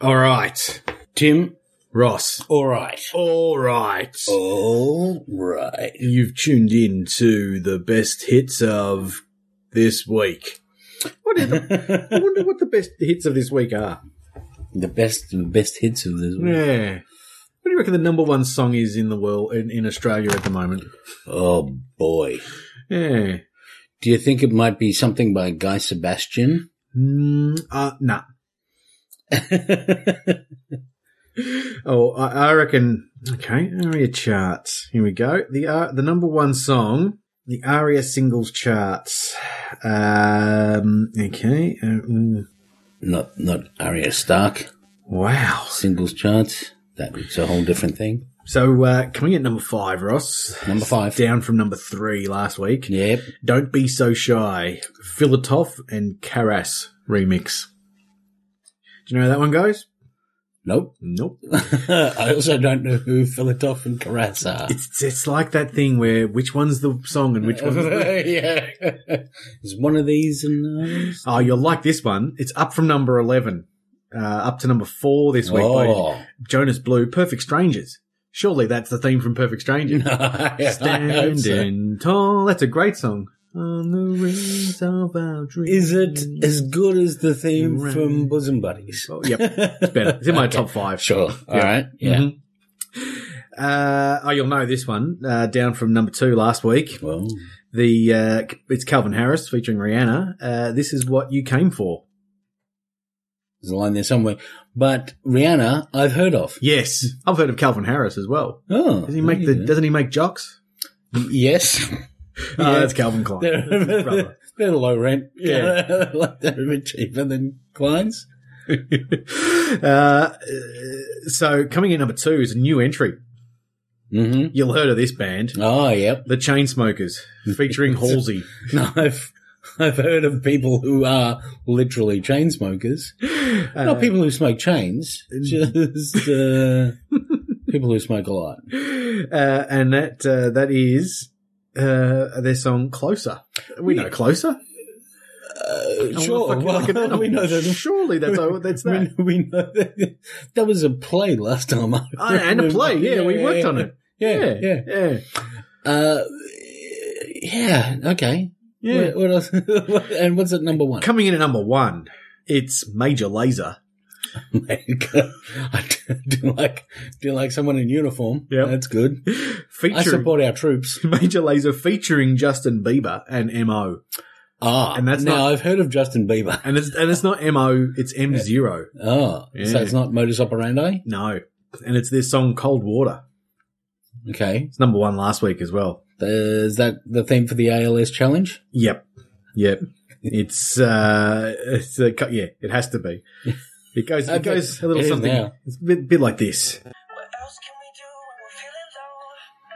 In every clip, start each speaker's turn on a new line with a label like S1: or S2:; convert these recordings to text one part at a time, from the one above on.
S1: All right. Tim Ross.
S2: All right.
S1: All right.
S2: All right.
S1: You've tuned in to the best hits of this week. What is the, I wonder what the best hits of this week are.
S2: The best, the best hits of this. week.
S1: Yeah. What do you reckon the number one song is in the world, in, in Australia at the moment?
S2: Oh boy.
S1: Yeah.
S2: Do you think it might be something by Guy Sebastian?
S1: Mm, uh, nah. Oh, I, I reckon. Okay, ARIA charts. Here we go. The uh, the number one song, the ARIA singles charts. Um, okay. Uh, mm,
S2: not, not Arya Stark
S1: wow.
S2: singles charts. That's a whole different thing.
S1: So uh, coming at number five, Ross.
S2: Number five.
S1: Down from number three last week.
S2: Yep.
S1: Don't be so shy. Filatov and Karas remix. Do you know how that one goes?
S2: Nope.
S1: Nope.
S2: I also don't know who Filatov and Karas are.
S1: It's it's like that thing where which one's the song and which one's the
S2: yeah. Is one of these and those?
S1: Oh, you'll like this one. It's up from number 11, uh, up to number four this week. by
S2: Oh,
S1: Jonas Blue, Perfect Strangers. Surely that's the theme from Perfect Strangers.
S2: Standing.
S1: Standing tall. That's a great song. On the wings of our dreams.
S2: Is it as good as the theme from Bosom Buddies?
S1: Oh, Mm-hmm. yep, it's better. It's in my top five.
S2: Sure. All right. Yeah.
S1: Mhm. Uh, oh, you'll know this one. Uh, down from number two last week.
S2: Well,
S1: The uh, it's Calvin Harris featuring Rihanna. Uh, this is what you came for.
S2: there's a line there somewhere. But Rihanna, I've heard of.
S1: Yes, I've heard of Calvin Harris as well.
S2: Oh.
S1: Does he make the? Doesn't he make jocks?
S2: Yes.
S1: Oh, that's Calvin Klein.
S2: they're,
S1: That's his brother.
S2: they're low rent.
S1: Yeah.
S2: Like, they're a bit cheaper than Klein's.
S1: Uh, uh, so coming in number two is a new entry.
S2: Mm-hmm.
S1: You'll heard of this band,
S2: Oh, yep.
S1: the Chainsmokers, featuring Halsey.
S2: No, I've, I've heard of people who are literally chain smokers.
S1: Uh,
S2: Not people who smoke chains, just uh, people who smoke a lot.
S1: Uh, and that uh, that is uh, their song "Closer." We know "Closer." I wanna
S2: Uh, sure.
S1: fucking
S2: Well,
S1: look at that.
S2: we know that.
S1: Surely that's oh, that's
S2: we,
S1: that.
S2: we know that. That was a play last time. I
S1: Oh, and a
S2: remember.
S1: play. Yeah, we worked on it. yeah,
S2: Yeah, yeah.
S1: yeah.
S2: Uh, yeah, okay.
S1: Yeah.
S2: What, what else? and what's at number one?
S1: Coming in at number one, it's Major Laser.
S2: I do- do like do like someone in uniform.
S1: Yep.
S2: that's good.
S1: Featuring
S2: I support our troops.
S1: Major Laser featuring Justin Bieber and Mo.
S2: Ah,
S1: And that's
S2: now
S1: not-
S2: I've heard of Justin Bieber.
S1: And it's and it's not Mo, it's M Zero.
S2: Oh, so
S1: Yeah.
S2: it's not modus operandi.
S1: No. And it's their song Cold Water.
S2: Okay,
S1: It's number one last week as well.
S2: is that the theme for the ALS challenge?
S1: Yep. Yep. It's uh it's a, co- yeah, it has to be. It goes
S2: I
S1: it
S2: bet-
S1: goes a little
S2: it is
S1: something
S2: now.
S1: it's a bit, bit like this.
S3: What else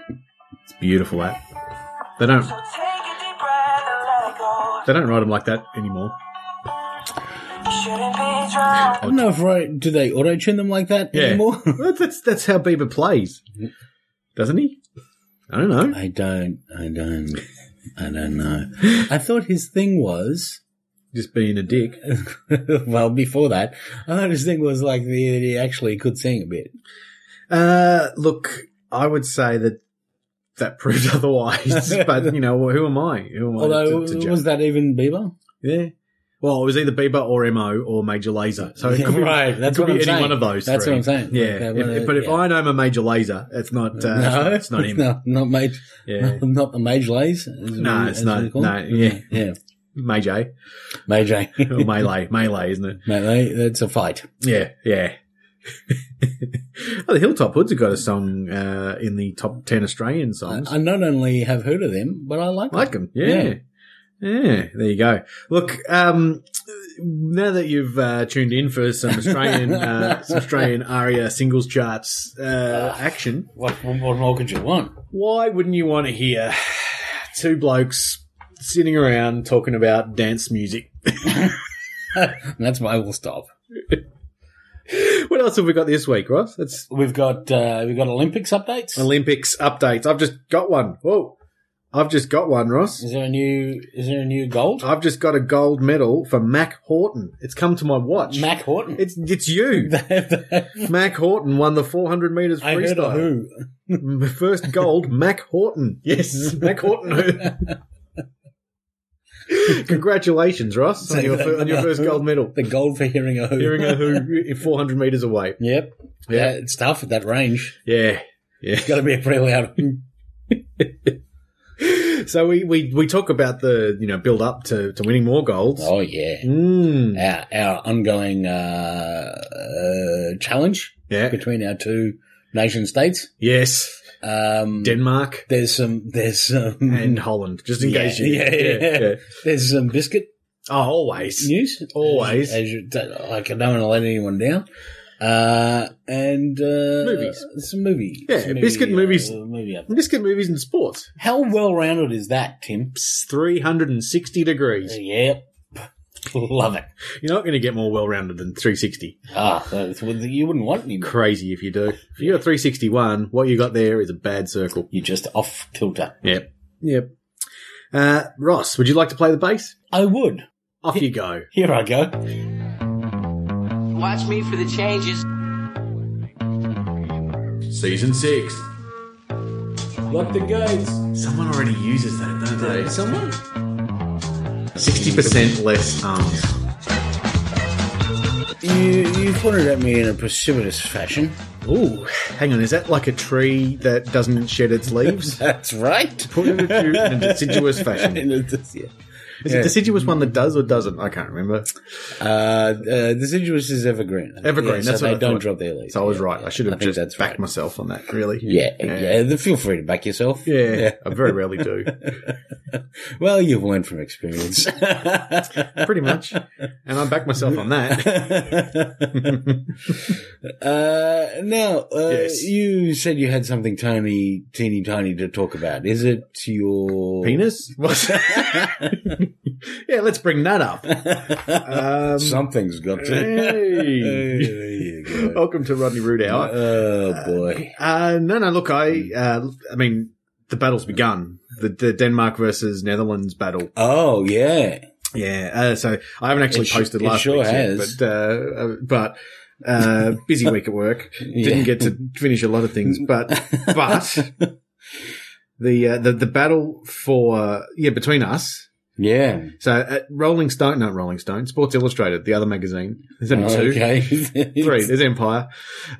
S3: can we do when we're feeling low?
S1: It's beautiful that. They don't
S3: So take a deep breath and let it go.
S1: they don't write them like that anymore.
S3: You shouldn't be drowned.
S2: I don't know if I, do they auto tune them like that
S1: Yeah.
S2: anymore.
S1: That's that's, that's how Bieber plays. Doesn't he? I don't know.
S2: I don't. I don't. I don't know. I thought his thing was.
S1: Just being a dick.
S2: well, before that, I thought his thing was like the, that he actually could sing a bit.
S1: Uh, look, I would say that that proved otherwise, but you know, who am I? Who am
S2: Although,
S1: I to, to judge?
S2: was that even Bieber?
S1: yeah. Well, it was either Bieber or Mo or Major Laser. So it
S2: Yeah,
S1: could be,
S2: right,
S1: it
S2: that's
S1: could be
S2: what I'm
S1: any
S2: saying.
S1: one of those.
S2: That's
S1: three.
S2: what I'm saying.
S1: Yeah.
S2: Like, that
S1: if-
S2: one
S1: if-
S2: of-
S1: but if
S2: yeah.
S1: I know I'm a Major Laser, it's not. Uh, it's not- it's not him.
S2: no, not mate.
S1: Yeah.
S2: Not the Mage Lays.
S1: No, it's not- no, yeah.
S2: yeah.
S1: Major
S2: Mage. Lay.
S1: or melee, melee, isn't it?
S2: Mate, Lay, that's a fight.
S1: Yeah, yeah. oh, the Hilltop Hoods have got a song uh, in the top ten Australian
S2: I,
S1: songs.
S2: I not only have heard of them, but I
S1: I
S2: like them.
S1: like them. Yeah. yeah. There you go. Look, um, now that you've uh, tuned in for some Australian uh, some Australian ARIA singles charts uh, action,
S2: What, what more could you want?
S1: why wouldn't you want to hear two blokes sitting around talking about dance music?
S2: And that's why we'll stop.
S1: What else have we got this week, Ross? That's
S2: We've got uh, we've got Olympics updates.
S1: Olympics updates. I've just got one. Whoa. I've just got one, Ross.
S2: Is there a new? Is there a new gold?
S1: I've just got a gold medal for Mac Horton. It's come to my watch.
S2: Mac Horton.
S1: It's it's you. Mac Horton won the 400 meters
S2: I heard a
S1: freestyle.
S2: who.
S1: First gold, Mac Horton. Yes, Mac Horton. Congratulations, Ross, on your, fir- on your first gold medal.
S2: The gold for hearing a who.
S1: Hearing a who 400 meters away.
S2: Yep.
S1: Yeah.
S2: Yeah, it's tough at that range.
S1: Yeah.
S2: It's got to be a pretty loud who.
S1: So we, we, we talk about the, you know, build up to, to winning more golds.
S2: Oh yeah.
S1: Mm.
S2: Our, our ongoing uh, uh, challenge
S1: Yeah.
S2: between our two nation states.
S1: Yes.
S2: Um,
S1: Denmark
S2: there's some. There's some.
S1: and Holland, just in
S2: Yeah,
S1: case you.
S2: yeah, yeah. there's some biscuit
S1: Oh, always.
S2: news.
S1: Always.
S2: As, as you, like I don't want to let anyone down. Uh, and uh,
S1: Movies.
S2: Some movie.
S1: Yeah,
S2: some
S1: biscuit movies.
S2: uh, movie up.
S1: Biscuit movies and sports.
S2: How well rounded is that, Tim?
S1: 360 degrees.
S2: Yep. Love it.
S1: You're not going to get more well rounded than 360.
S2: Ah, that's what you wouldn't want any. more.
S1: Crazy if you do. If you got 361, what you got there is a bad circle.
S2: You're just off kilter.
S1: Yep. Yep. Uh, Ross, would you like to play the bass?
S2: I would.
S1: Off you go.
S2: Here I go.
S4: Watch me for the changes.
S1: Season six.
S2: Lock the gates.
S1: Someone already uses that, don't they?
S2: Someone?
S1: 60% less arms.
S2: um, You, you pointed at me in a precipitous fashion.
S1: Ooh, hang on, is that like a tree that doesn't shed its leaves?
S2: That's right.
S1: Pointed at you in a deciduous fashion.
S2: In a dis- yeah.
S1: Is it deciduous one that does or doesn't? I can't remember.
S2: Uh, uh, deciduous is evergreen.
S1: Evergreen,
S2: Yeah,
S1: that's
S2: so
S1: what
S2: they
S1: I
S2: don't
S1: thought.
S2: drop their leaves.
S1: So I was
S2: Yeah,
S1: right. I should
S2: I
S1: have
S2: think
S1: just
S2: that's
S1: backed
S2: right.
S1: myself on that, really.
S2: Yeah,
S1: Yeah.
S2: yeah. then Feel free to back yourself.
S1: Yeah, I very rarely do.
S2: Well, you've learned from experience.
S1: Pretty much. And I back myself on that.
S2: uh, now, uh,
S1: Yes.
S2: you said you had something tiny, teeny tiny to talk about. Is it your
S1: Penis? What? yeah, let's bring that up. Um,
S2: Something's got to.
S1: hey.
S2: There you go.
S1: Welcome to Rodney Rood Hour.
S2: Oh boy.
S1: Uh, no, no. Look, I,
S2: Mm.
S1: uh, I mean, the battle's begun. The, the Denmark versus Netherlands battle.
S2: Oh yeah.
S1: Yeah. Uh, so I haven't actually
S2: It sh-
S1: posted
S2: it
S1: last
S2: sure
S1: week's yet,
S2: has.
S1: but uh, uh, but uh, busy week at work. Didn't
S2: Yeah.
S1: get to finish a lot of things, but but the uh, the the battle for yeah between us.
S2: Yeah.
S1: So at Rolling Stone, not Rolling Stone, Sports Illustrated, the other magazine. There's only two.
S2: Okay.
S1: Three. There's Empire.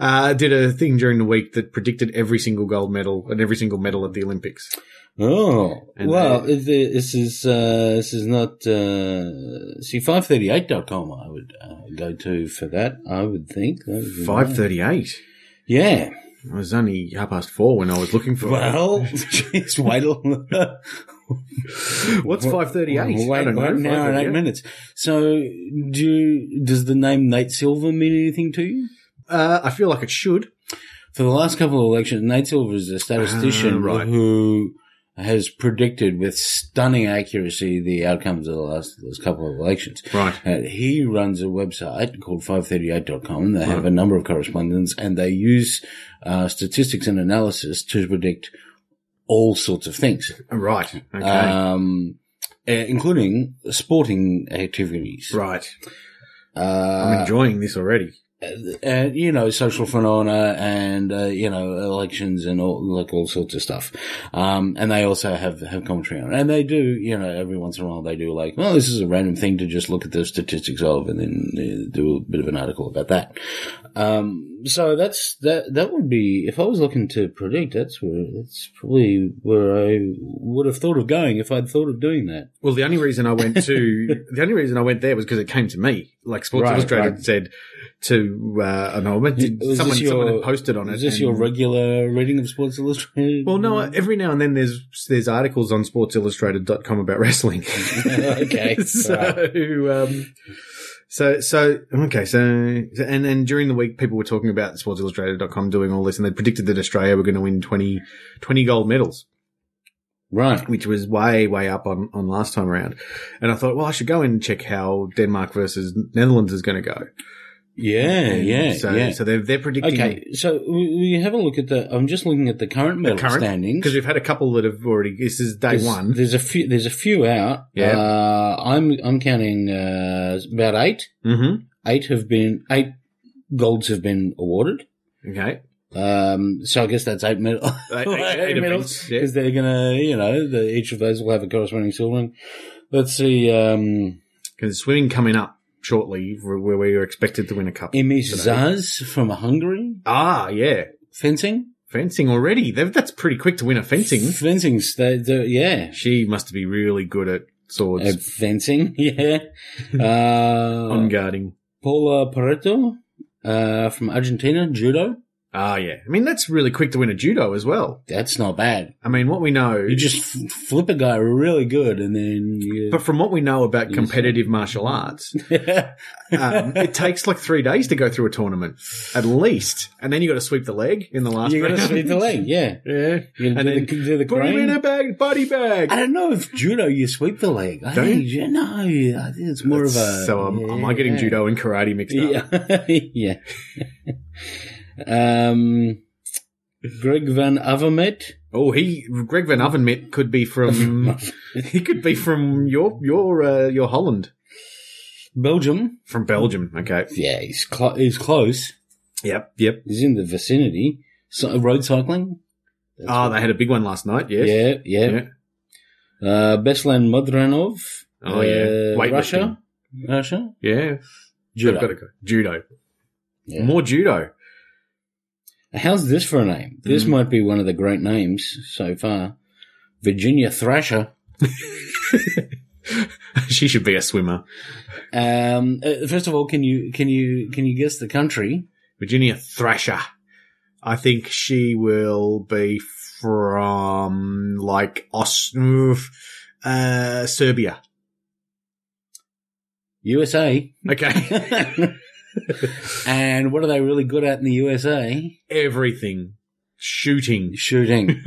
S1: Uh, did a thing during the week that predicted every single gold medal and every single medal at the Olympics.
S2: Oh
S1: And
S2: well, th- this is uh, this is not uh, see five thirty eight dot com. I would uh, go to for that. I would think That would be
S1: Five
S2: nice.
S1: thirty-eight.
S2: Yeah.
S1: It was only half past four when I was looking for. it.
S2: Well, jeez, wait till
S1: What's five thirty-eight?
S2: Wait, wait an hour and eight minutes. So, do does the name Nate Silver mean anything to you?
S1: Uh, I feel like it should.
S2: For the last couple of elections, Nate Silver is a statistician
S1: Ah, right.
S2: who has predicted with stunning accuracy the outcomes of the last those couple of elections.
S1: Right.
S2: Uh, he runs a website called 538.com. and They have a number of correspondents and they use uh, statistics and analysis to predict all sorts of things,
S1: Uh, Right. Okay.
S2: um, uh, including sporting activities.
S1: right. I'm
S2: Uh,
S1: enjoying this already.
S2: and, you know, social phenomena and, uh, you know, elections and all, like all sorts of stuff. Um, and they also have, have commentary on it. And they do, you know, every once in a while they do like, well, this is a random thing to just look at the statistics of and then uh, do a bit of an article about that. Um, so that's, that, that would be, if I was looking to predict, that's where, that's probably where I would have thought of going if I'd thought of doing that.
S1: Well, the only reason I went to the only reason I went there was because it came to me. Like Sports
S2: Right,
S1: Illustrated
S2: right.
S1: said to, uh, and I went
S2: Was
S1: to
S2: this
S1: someone, someone
S2: your-
S1: had posted on it.
S2: Is this
S1: and-
S2: your regular reading of Sports Illustrated?
S1: well, no. Every now and then, there's there's articles on SportsIllustrated.com about wrestling.
S2: Okay.
S1: so, um, so, so, okay. So, and then during the week, people were talking about SportsIllustrated.com doing all this, and they predicted that Australia were going to win 20, 20 gold medals.
S2: Right.
S1: which was way, way up on, on last time around. And I thought, well, I should go and check how Denmark versus Netherlands is going to go.
S2: Yeah, yeah,
S1: so,
S2: yeah.
S1: So they're they're predicting
S2: okay, so we we have a look at the. I'm just looking at the current medal standings
S1: because we've had a couple that have already. This is day
S2: there's,
S1: one.
S2: There's a few. There's a few out.
S1: Yeah.
S2: Uh, I'm I'm counting uh, about eight.
S1: mm-hmm.
S2: Eight have been eight golds have been awarded.
S1: Okay.
S2: Um, so I guess that's eight medals.
S1: Eight- eight- eight events, yeah.
S2: because they're gonna, you know, the, each of those will have a corresponding silver. ring. Let's see. Um,
S1: Because swimming coming up shortly, where where we are expected to win a cup.
S2: Imish
S1: today.
S2: Zaz from Hungary
S1: Ah, yeah.
S2: fencing.
S1: Fencing already. They've, that's pretty quick to win a fencing.
S2: Fencing's they, they, yeah.
S1: She must be really good at swords.
S2: Uh, fencing, yeah. Uh,
S1: on guarding.
S2: Paula Pareto uh, from Argentina, judo.
S1: Ah, yeah. I mean, that's really quick to win a judo as well.
S2: That's not bad.
S1: I mean, what we know.
S2: You just f- flip a guy really good, and then you,
S1: but from what we know about
S2: Yes.
S1: competitive martial arts, um, it takes like three days to go through a tournament, at least. And then you got to sweep the leg in the last
S2: you're gonna
S1: round.
S2: sweep the leg. Yeah,
S1: Yeah.
S2: you
S1: And
S2: do
S1: then
S2: the, do the
S1: Put him in
S2: crane.
S1: a bag, body bag.
S2: I don't know if judo you sweep the leg. I
S1: Don't
S2: think you? No, I think it's more of a.
S1: so um, am I getting
S2: yeah.
S1: judo and karate mixed up?
S2: Yeah, yeah. um, Greg Van Avermaet.
S1: Oh, he Greg Van Ovenmit could be from he could be from your your uh, your Holland
S2: Belgium.
S1: from Belgium. Okay.
S2: Yeah, he's clo- he's close.
S1: Yep. Yep.
S2: He's in the vicinity. So, road cycling. That's
S1: Ah,
S2: what-
S1: they had a big one last night. Yes.
S2: yeah, yeah. Uh, Beslan Modranov.
S1: Oh, yeah.
S2: Uh,
S1: Weightlifting.
S2: Russia. Russia.
S1: Yeah. Judo. Got to go. Judo.
S2: Yeah.
S1: More judo.
S2: How's this for a name? This
S1: Mm.
S2: might be one of the great names so far. Virginia Thrasher.
S1: she should be a swimmer.
S2: Um, uh, first of all, can you can you can you guess the country?
S1: Virginia Thrasher. I think she will be from like Os- oof, uh, Serbia.
S2: USA.
S1: Okay.
S2: and what are they really good at in the USA?
S1: Everything. Shooting.
S2: Shooting.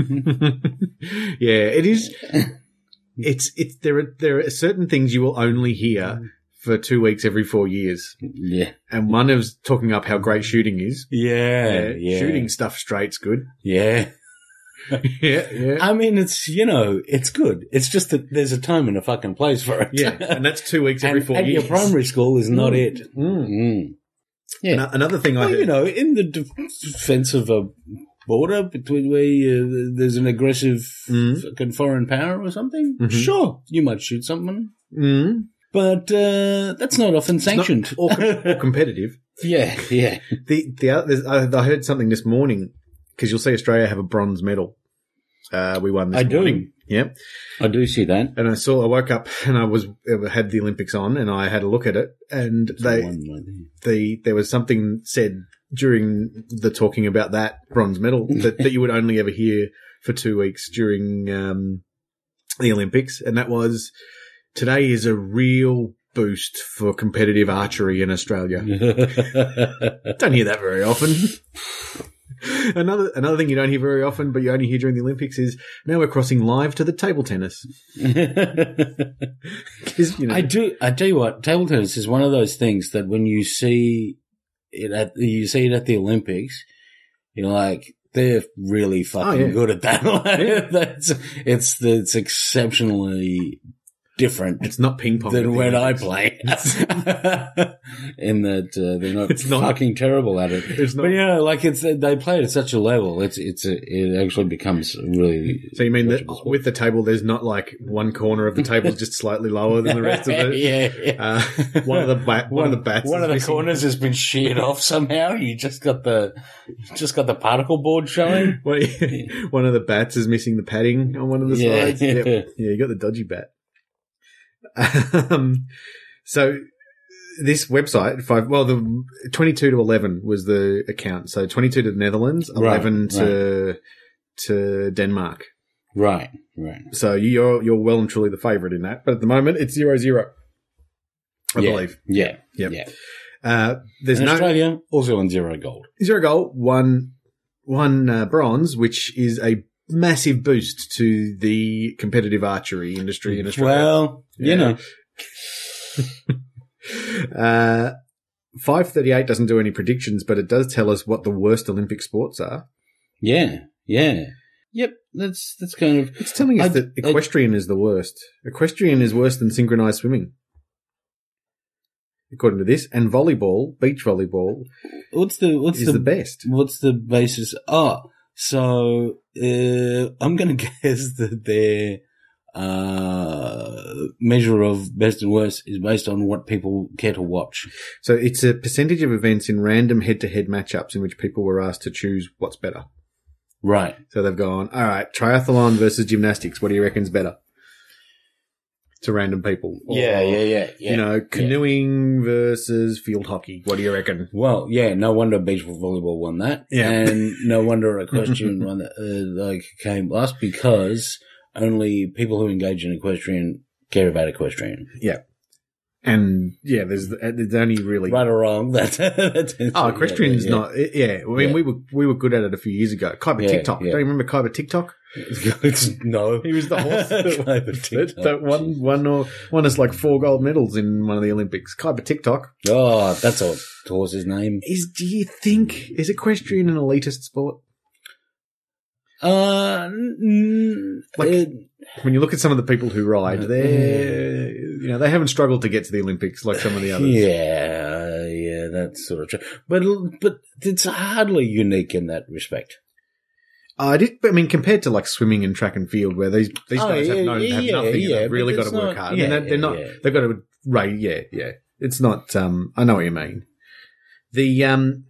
S1: yeah, it is. It's it's there are there are certain things you will only
S2: Mm.
S1: hear for two weeks every four years,
S2: yeah.
S1: and one is talking up how great shooting is.
S2: Uh, Yeah.
S1: shooting stuff straight's good.
S2: Yeah.
S1: yeah, yeah,
S2: I mean, it's, you know, it's good. It's just that there's a time and a fucking place for it.
S1: yeah, and that's two weeks every
S2: and,
S1: four
S2: and your
S1: years.
S2: primary school is not it.
S1: Mm.
S2: Mm. Yeah.
S1: Ano- Another thing I
S2: Well,
S1: heard.
S2: you know, in the de- defense of a border between where you, there's an aggressive
S1: Mm.
S2: fucking foreign power or something,
S1: Mhm.
S2: sure, you might shoot someone.
S1: Mm.
S2: But uh, that's not often
S1: It's not
S2: sanctioned.
S1: all, com- all competitive.
S2: yeah, yeah.
S1: The the other, there's- I, I heard something this morning because you'll see Australia have a bronze medal. Uh, we won this
S2: I do.
S1: morning. Yep.
S2: I do see that.
S1: and I saw I woke up and I was I had the Olympics on and I had a look at it and they
S2: One right there.
S1: the there was something said during the talking about that bronze medal that, that you would only ever hear for two weeks during um, the Olympics and that was today is a real boost for competitive archery in Australia. Don't hear that very often. Another another thing you don't hear very often, but you only hear during the Olympics, is now we're crossing live to the table tennis. 'Cause, you know-
S2: I do. I tell you what, table tennis is one of those things that when you see it at you see it at the Olympics, you're like, they're really fucking
S1: Oh, yeah.
S2: good at that. Like,
S1: Yeah.
S2: That's it's it's exceptionally different
S1: It's not ping pong.
S2: than
S1: at the
S2: when I
S1: Olympics.
S2: play. In that uh, they're not,
S1: It's not-
S2: fucking terrible at it.
S1: It's not.
S2: But you know, like it's they play it at such a level. It's it's a, it actually becomes really.
S1: so you mean that
S2: watchable sport.
S1: with the table, there's not like one corner of the table just slightly lower than the rest of it.
S2: yeah, yeah.
S1: Uh, one of the ba- one, of the bats.
S2: one
S1: is
S2: of the
S1: missing.
S2: corners has been sheared off somehow. You just got the, you just got the particle board showing.
S1: Well, yeah, one of the bats is missing the padding on one of the
S2: Yeah.
S1: sides. Yep. Yeah, you got the dodgy bat. Um, so this website five. Well, the twenty-two to eleven was the account. So twenty-two to the Netherlands,
S2: Right,
S1: eleven to to Denmark.
S2: Right, right.
S1: So you're you're well and truly the favourite in that. But at the moment, it's zero zero. I
S2: Yeah.
S1: believe.
S2: Yeah,
S1: Yep.
S2: yeah.
S1: Uh, there's
S2: And
S1: no
S2: Australia also on zero gold.
S1: zero goal, one one uh, bronze, which is a massive boost to the competitive archery industry in Australia.
S2: Well,
S1: Yeah.
S2: you know,
S1: uh, 538 doesn't do any predictions, but it does tell us what the worst Olympic sports are.
S2: Yeah, yeah, yep. That's that's kind of
S1: It's telling us
S2: I-
S1: that equestrian is the worst. Equestrian is worse than synchronized swimming. According to this, and volleyball, beach volleyball,
S2: what's the what's
S1: is
S2: the,
S1: the best.
S2: what's the basis? Oh, so uh, I'm gonna guess that their uh measure of best and worst is based on what people care to watch.
S1: So it's a percentage of events in random head-to-head matchups in which people were asked to choose what's better.
S2: Right.
S1: So they've gone, all right, triathlon versus gymnastics. What do you reckon's better? To random people. Or,
S2: yeah,
S1: You know, canoeing versus field hockey. What do you reckon?
S2: Well, yeah, no wonder beach volleyball won that,
S1: Yeah.
S2: and no wonder equestrian won that, uh, like came last because only people who engage in equestrian care about equestrian.
S1: And yeah, there's there's only really
S2: Right or wrong, that that's
S1: Oh, equestrian's
S2: yeah,
S1: not. Yeah, I mean,
S2: Yeah.
S1: we were we were good at it a few years ago. Kyber
S2: Yeah,
S1: TikTok.
S2: yeah.
S1: Don't you remember Kyber TikTok?
S2: It's- no.
S1: He was the horse that,
S2: Kyber
S1: that,
S2: TikTok,
S1: that won one or won us like four gold medals in one of the Olympics. Kyber TikTok.
S2: Oh, that's a horse's name.
S1: Is do you think is equestrian an elitist sport?
S2: Uh, n-
S1: Like-
S2: uh,
S1: When you look at some of the people who ride,
S2: Yeah.
S1: they you know they haven't struggled to get to the Olympics like some of the others.
S2: yeah, yeah, that's sort of true. But but it's hardly unique in that respect.
S1: I did. I mean, compared to like swimming and track and field, where these these
S2: Oh,
S1: guys
S2: yeah,
S1: have, no,
S2: yeah,
S1: have
S2: yeah,
S1: nothing, and
S2: yeah,
S1: they've
S2: but
S1: really got
S2: it's
S1: to work
S2: not-
S1: hard.
S2: yeah,
S1: I mean, they're,
S2: yeah,
S1: they're not.
S2: yeah.
S1: They've got to. Right? Yeah, yeah. It's not. Um, I know what you mean. The um,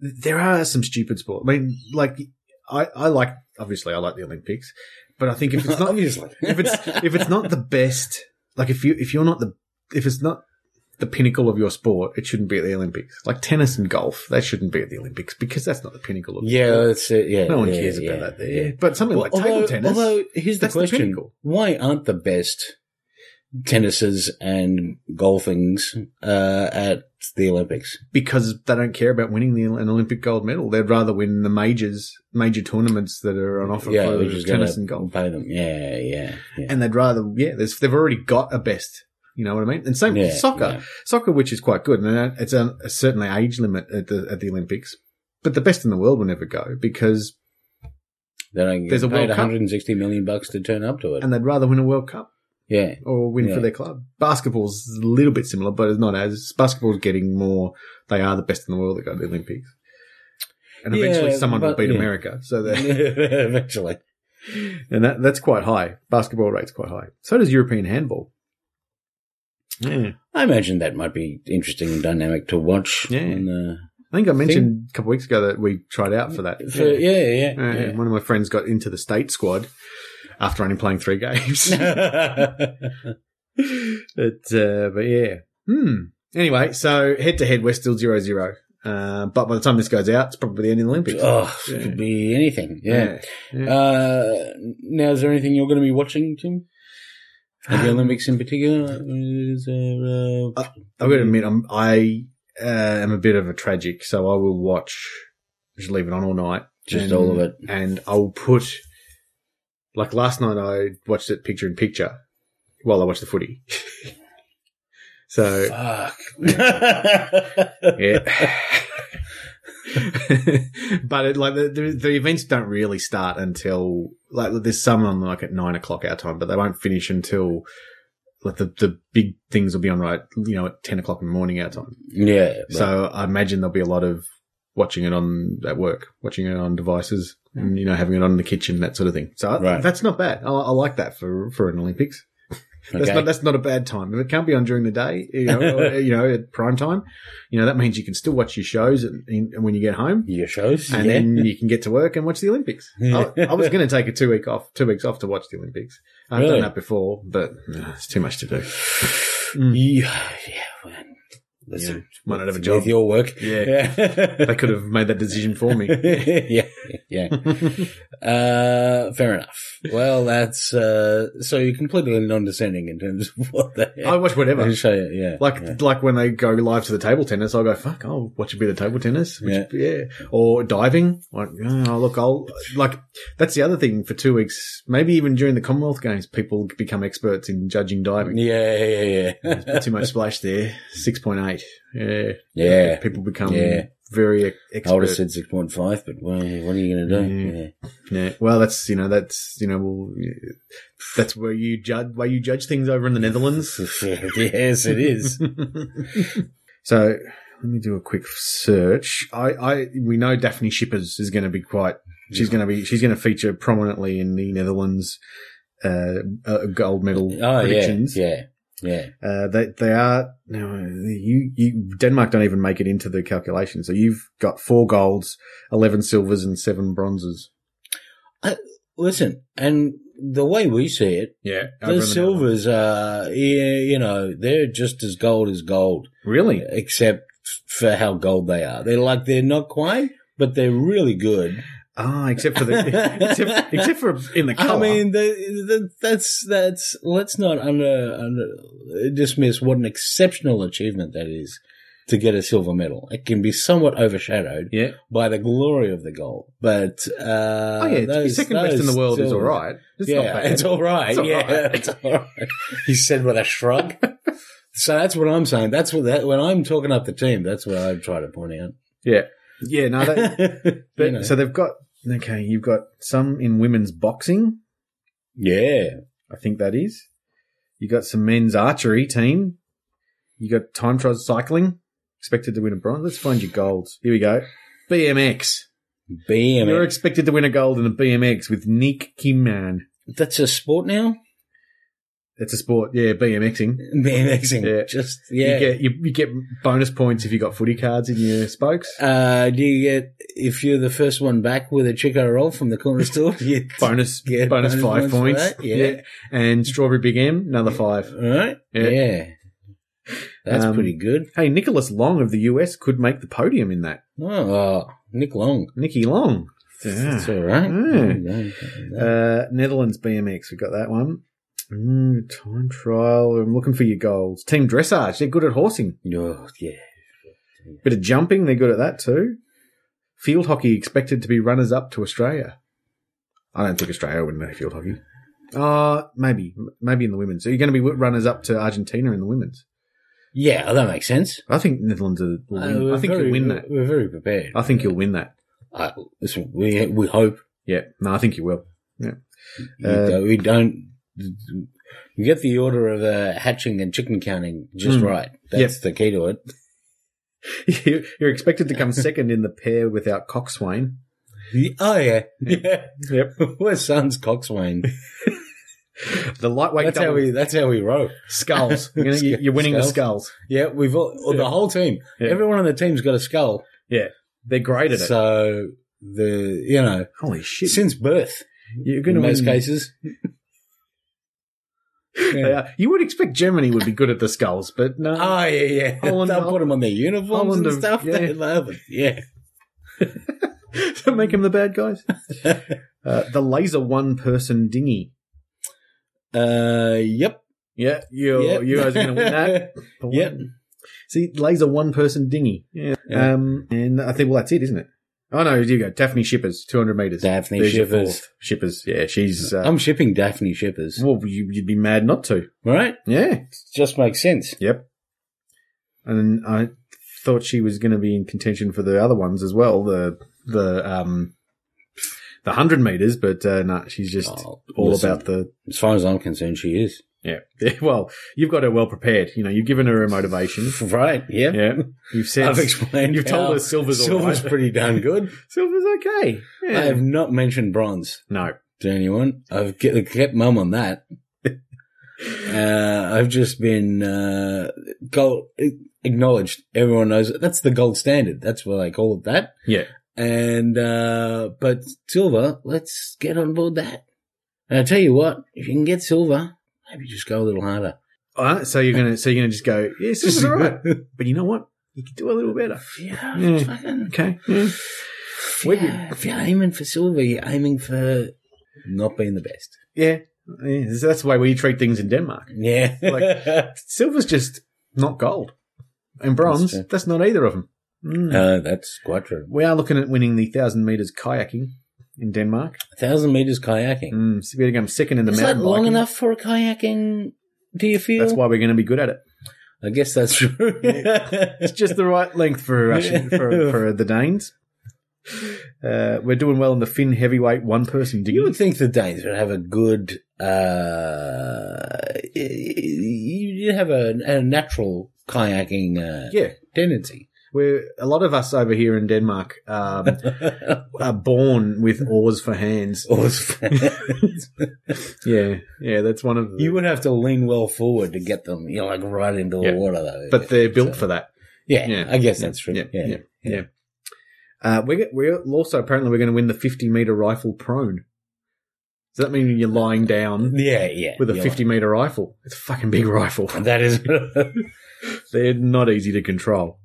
S1: there are some stupid sports. I mean, like I, I like obviously I like the Olympics, but I think if it's not
S2: Obviously.
S1: if it's if it's not the best, like if you if you're not the if it's not the pinnacle of your sport, it shouldn't be at the Olympics. Like tennis and golf, that shouldn't be at the Olympics because that's not the pinnacle of the
S2: Yeah,
S1: sport.
S2: that's it. Yeah,
S1: No one
S2: yeah,
S1: cares about
S2: yeah,
S1: that there.
S2: yeah.
S1: But something
S2: Well,
S1: like
S2: although,
S1: table tennis.
S2: Although here's the
S1: that's the
S2: question:
S1: pinnacle.
S2: Why aren't the best tennises and golfings uh, at the Olympics?
S1: because they don't care about winning the, an Olympic gold medal. They'd rather win the majors, major tournaments that are on offer
S2: yeah,
S1: for
S2: which is going
S1: tennis
S2: to
S1: and golf.
S2: pay them. Yeah, yeah, yeah.
S1: And they'd rather, yeah, there's, they've already got a best. You know what I mean? And same
S2: yeah
S1: with soccer.
S2: yeah.
S1: Soccer, which is quite good, and that- it's a, a certainly age limit at the at the Olympics. But the best in the world will never go because,
S2: They don't get
S1: There's a
S2: paid
S1: World Cup.
S2: 160 million bucks to turn up to it.
S1: and they'd rather win a World Cup
S2: yeah,
S1: or win
S2: Yeah.
S1: for their club. Basketball's a little bit similar, but it's not as basketball's getting more. They are the best in the world that go to the Olympics, and
S2: Yeah,
S1: eventually someone will
S2: but-
S1: beat
S2: yeah.
S1: America. So that
S2: eventually.
S1: and that that's quite high. Basketball rate's quite high. So does European handball. Yeah.
S2: I imagine that might be interesting and dynamic to watch.
S1: Yeah.
S2: And, uh,
S1: I think I mentioned a couple weeks ago that we tried out for that.
S2: for- yeah, yeah,
S1: Yeah,
S2: yeah.
S1: Uh, One of my friends got into the state squad after only playing three games. but uh, but yeah. Hmm. Anyway, so head to head, we're still zero zero. Uh, but by the time this goes out, it's probably the end of the Olympics.
S2: oh,
S1: Yeah.
S2: it could be anything. Yeah. Uh, now, is there anything you're going to be watching, Tim? At the Olympics in particular? Is there, uh,
S1: I've got to admit, I'm I uh, am a bit of a tragic, so I will watch. Just leave it on all night.
S2: Just
S1: and-
S2: all of it.
S1: and I'll put. Like last night, I watched it picture in picture while I watched the footy. so
S2: Fuck.
S1: yeah. but it, like the, the the events don't really start until like there's some on like at nine o'clock our time, but they won't finish until like the, the big things will be on right you know at ten o'clock in the morning our time.
S2: yeah. right.
S1: So I imagine there'll be a lot of watching it on at work, watching it on devices, and you know having it on in the kitchen that sort of thing. So I-
S2: Right.
S1: that's not bad. I, I like that for for an Olympics. That's
S2: Okay.
S1: not that's not a bad time. If it can't be on during the day, you know, or, you know, at prime time, you know that means you can still watch your shows and, and when you get home,
S2: Your shows?
S1: and
S2: yeah.
S1: then you can get to work and watch the Olympics. I, I was going to take a two week off, two weeks off to watch the Olympics. I've
S2: Really?
S1: done that before, but uh, it's too much to do.
S2: Yeah, yeah. Well,
S1: You
S2: listen,
S1: know, might not have a
S2: with
S1: job.
S2: your work.
S1: Yeah. They
S2: Yeah.
S1: could have made that decision for me.
S2: yeah, yeah. Uh, fair enough. Well, that's uh, so you're completely non-descending in terms of what they.
S1: I watch whatever.
S2: I'll show you, yeah,
S1: Like
S2: yeah.
S1: like when they go live to the table tennis, I'll go fuck. I'll watch a bit of table tennis, which, yeah. or diving. Like, oh, look, I'll like that's the other thing for two weeks. Maybe even during the Commonwealth Games, people become experts in judging diving.
S2: yeah, yeah, yeah.
S1: Too much splash there, six point eight. eight. Yeah,
S2: Yeah.
S1: people become
S2: Yeah.
S1: very e-, expert.
S2: I would have said 6.5, but well, what are you going to do?
S1: Yeah.
S2: Yeah.
S1: Yeah. Well, that's you know that's you know well, yeah, that's where you judge where you judge things over in the Netherlands.
S2: yes, it is.
S1: so let me do a quick search. I, I we know Daphne Shippers is going to be quite. She's going to be. She's going to feature prominently in the Netherlands. Uh, uh, gold medal
S2: Oh, yeah.
S1: predictions.
S2: Yeah. Yeah.
S1: Uh, they they are now. You you Denmark don't even make it into the calculation. So you've got four golds, eleven silvers, and seven bronzes.
S2: Listen, and the way we see it,
S1: Yeah,
S2: the silvers are, yeah, you know, they're just as gold as gold,
S1: Really?
S2: except for how gold they are. They're like, they're not quite, but they're really good.
S1: Ah, except for the except, except for in the
S2: I
S1: color.
S2: mean, the, the, that's, that's, let's not under, under, dismiss what an exceptional achievement that is to get a silver medal. It can be somewhat overshadowed
S1: yeah.
S2: by the glory of the goal. But uh,
S1: Oh yeah, to be
S2: those-
S1: second best in the
S2: those
S1: world is
S2: still-
S1: all right. It's
S2: yeah,
S1: not bad.
S2: it's all right.
S1: It's all
S2: yeah,
S1: right.
S2: it's all right. He said with a shrug. so that's what I'm saying. That's what that when I'm talking up the team, that's what I try to point out.
S1: yeah, yeah. No, they, they-
S2: You know.
S1: so they've got okay. You've got some in women's boxing.
S2: yeah,
S1: I think that is. You got some men's archery team. You got time trial cycling. Expected to win a bronze. Let's find your golds. Here we go. BMX.
S2: BMX.
S1: You're expected to win a gold in the BMX with Nick Kimman.
S2: that's a sport now.
S1: That's a sport. Yeah, BMXing.
S2: BMXing.
S1: Yeah.
S2: Just
S1: You
S2: yeah.
S1: get you, you get bonus points if you got footy cards in your spokes.
S2: uh, do you get if you're the first one back with a Chico roll from the corner store? You
S1: bonus
S2: Yeah,
S1: bonus,
S2: bonus
S1: five
S2: points
S1: points.
S2: for that, yeah.
S1: And Strawberry Big M, another five.
S2: all right.
S1: Yeah.
S2: Yeah, that's
S1: Um,
S2: pretty good.
S1: Hey, Nicholas Long of the US could make the podium in that.
S2: Oh, uh, Nick Long.
S1: Nicky Long.
S2: That's all right.
S1: Hmm. Uh, Netherlands BMX, we got that one. Mm, time trial. I'm looking for your goals. Team dressage, they're good at horsing.
S2: Oh, yeah.
S1: Bit of jumping, they're good at that too. Field hockey expected to be runners up to Australia. I don't think Australia would know field hockey. Uh, maybe, maybe in the women's. So you're going to be runners up to Argentina in the women's.
S2: Yeah, well, that makes sense.
S1: I think Netherlands are, will
S2: Uh,
S1: win.
S2: we're
S1: I think you'll
S2: very-
S1: win that.
S2: We're very prepared.
S1: I think you'll win that.
S2: Uh, listen, we we hope
S1: Yeah. No, I think you will.
S2: you
S1: Uh,
S2: don't- we don't. You get the order of uh, hatching and chicken counting just
S1: Mm.
S2: right. That's the key to it.
S1: You- You're expected to come second in the pair without coxswain.
S2: Oh yeah, yeah.
S1: Yep.
S2: We're sons coxswain.
S1: The lightweight
S2: That's how
S1: double
S2: we. That's how we row.
S1: skulls. You're, gonna- you're winning the skulls.
S2: Yeah, we've all or the whole team.
S1: Yeah.
S2: Everyone on the team's got a skull.
S1: They're great at it.
S2: So the you know
S1: Holy shit!
S2: since birth
S1: You're going
S2: in
S1: to win.
S2: most cases.
S1: They are. You would expect Germany would be good at the skulls, but no.
S2: Oh yeah, yeah.
S1: Holland-
S2: They'll put them on their uniforms
S1: Holland
S2: and
S1: have-
S2: stuff.
S1: yeah.
S2: They love it. Yeah.
S1: Don't make them the bad guys. uh, the laser one-person dinghy.
S2: Uh, yep.
S1: Yeah, you
S2: Yep.
S1: you guys are going to win that. The one-
S2: Yep.
S1: See, laser one-person dinghy. Yeah.
S2: Yeah.
S1: Um, and I think well, that's it, isn't it? Oh no, here you go. Daphne Shippers, two hundred meters.
S2: Daphne
S1: There's your
S2: Shippers.
S1: fourth. Shippers. Yeah, she's. Uh,
S2: I'm shipping Daphne Shippers.
S1: well, you, you'd be mad not to.
S2: Right?
S1: Yeah.
S2: Just makes sense.
S1: Yep. And I thought she was going to be in contention for the other ones as well. The the um the hundred meters, but uh, no, she's just
S2: Oh,
S1: all
S2: listen.
S1: about the
S2: As far as I'm concerned, she is.
S1: yeah. Well, you've got her well prepared. You know, you've given her a motivation.
S2: Right. Yeah.
S1: Yeah, you've said
S2: I've explained.
S1: You've told
S2: how
S1: us silver's all
S2: silver's
S1: right.
S2: pretty darn good.
S1: silver's okay.
S2: I have
S1: Yeah.
S2: not mentioned bronze
S1: No,
S2: to anyone. I've ke- kept mum on that. uh, I've just been uh, gold acknowledged. Everyone knows it. that's the gold standard. That's why they call it that.
S1: yeah,
S2: And uh but silver, let's get on board that. And I tell you what, if you can get silver, maybe just go a little harder.
S1: Uh, so you're gonna so you're gonna just go, yeah, this is all right. But you know what? You can do a little better.
S2: yeah,
S1: Yeah.
S2: fucking-
S1: Okay. Yeah.
S2: if
S1: Wait,
S2: you're- if you're aiming for silver, you're aiming for not being the best.
S1: yeah. Yeah, so that's the way we treat things in Denmark.
S2: Yeah.
S1: Like- Silver's just not gold, and bronze.
S2: fair.
S1: That's, not either of them. Mm.
S2: uh, that's quite true.
S1: we are looking at winning the thousand meters kayaking in Denmark.
S2: A thousand meters kayaking.
S1: Mm, so we're going to come second in the
S2: Is that
S1: mountain
S2: long
S1: biking.
S2: enough for a kayaking? Do you feel?
S1: That's why we're going to be good at it.
S2: I guess that's true.
S1: It's just the right length for Russian, for, for the Danes. Uh, we're doing well in the Finn heavyweight one person
S2: you
S1: division.
S2: would think the Danes would have a good, uh, you'd have a, a natural kayaking uh,
S1: Yeah,
S2: tendency.
S1: we're a lot of us over here in Denmark um, are born with oars for hands.
S2: Oh.
S1: Yeah, yeah, that's one of the,
S2: you would have to lean well forward to get them, you know, like right into the
S1: Yeah.
S2: water though.
S1: but they're built
S2: So-
S1: for that.
S2: Yeah,
S1: Yeah.
S2: I guess
S1: Yeah.
S2: that's true.
S1: Yeah.
S2: Yeah,
S1: Yeah. Yeah. Uh, we're, get- we're also apparently we're going to win the 50 meter rifle prone. Does that mean you're lying down
S2: yeah, yeah.
S1: with a
S2: You're
S1: 50 meter rifle? It's a fucking big rifle.
S2: right. That is,
S1: They're not easy to control.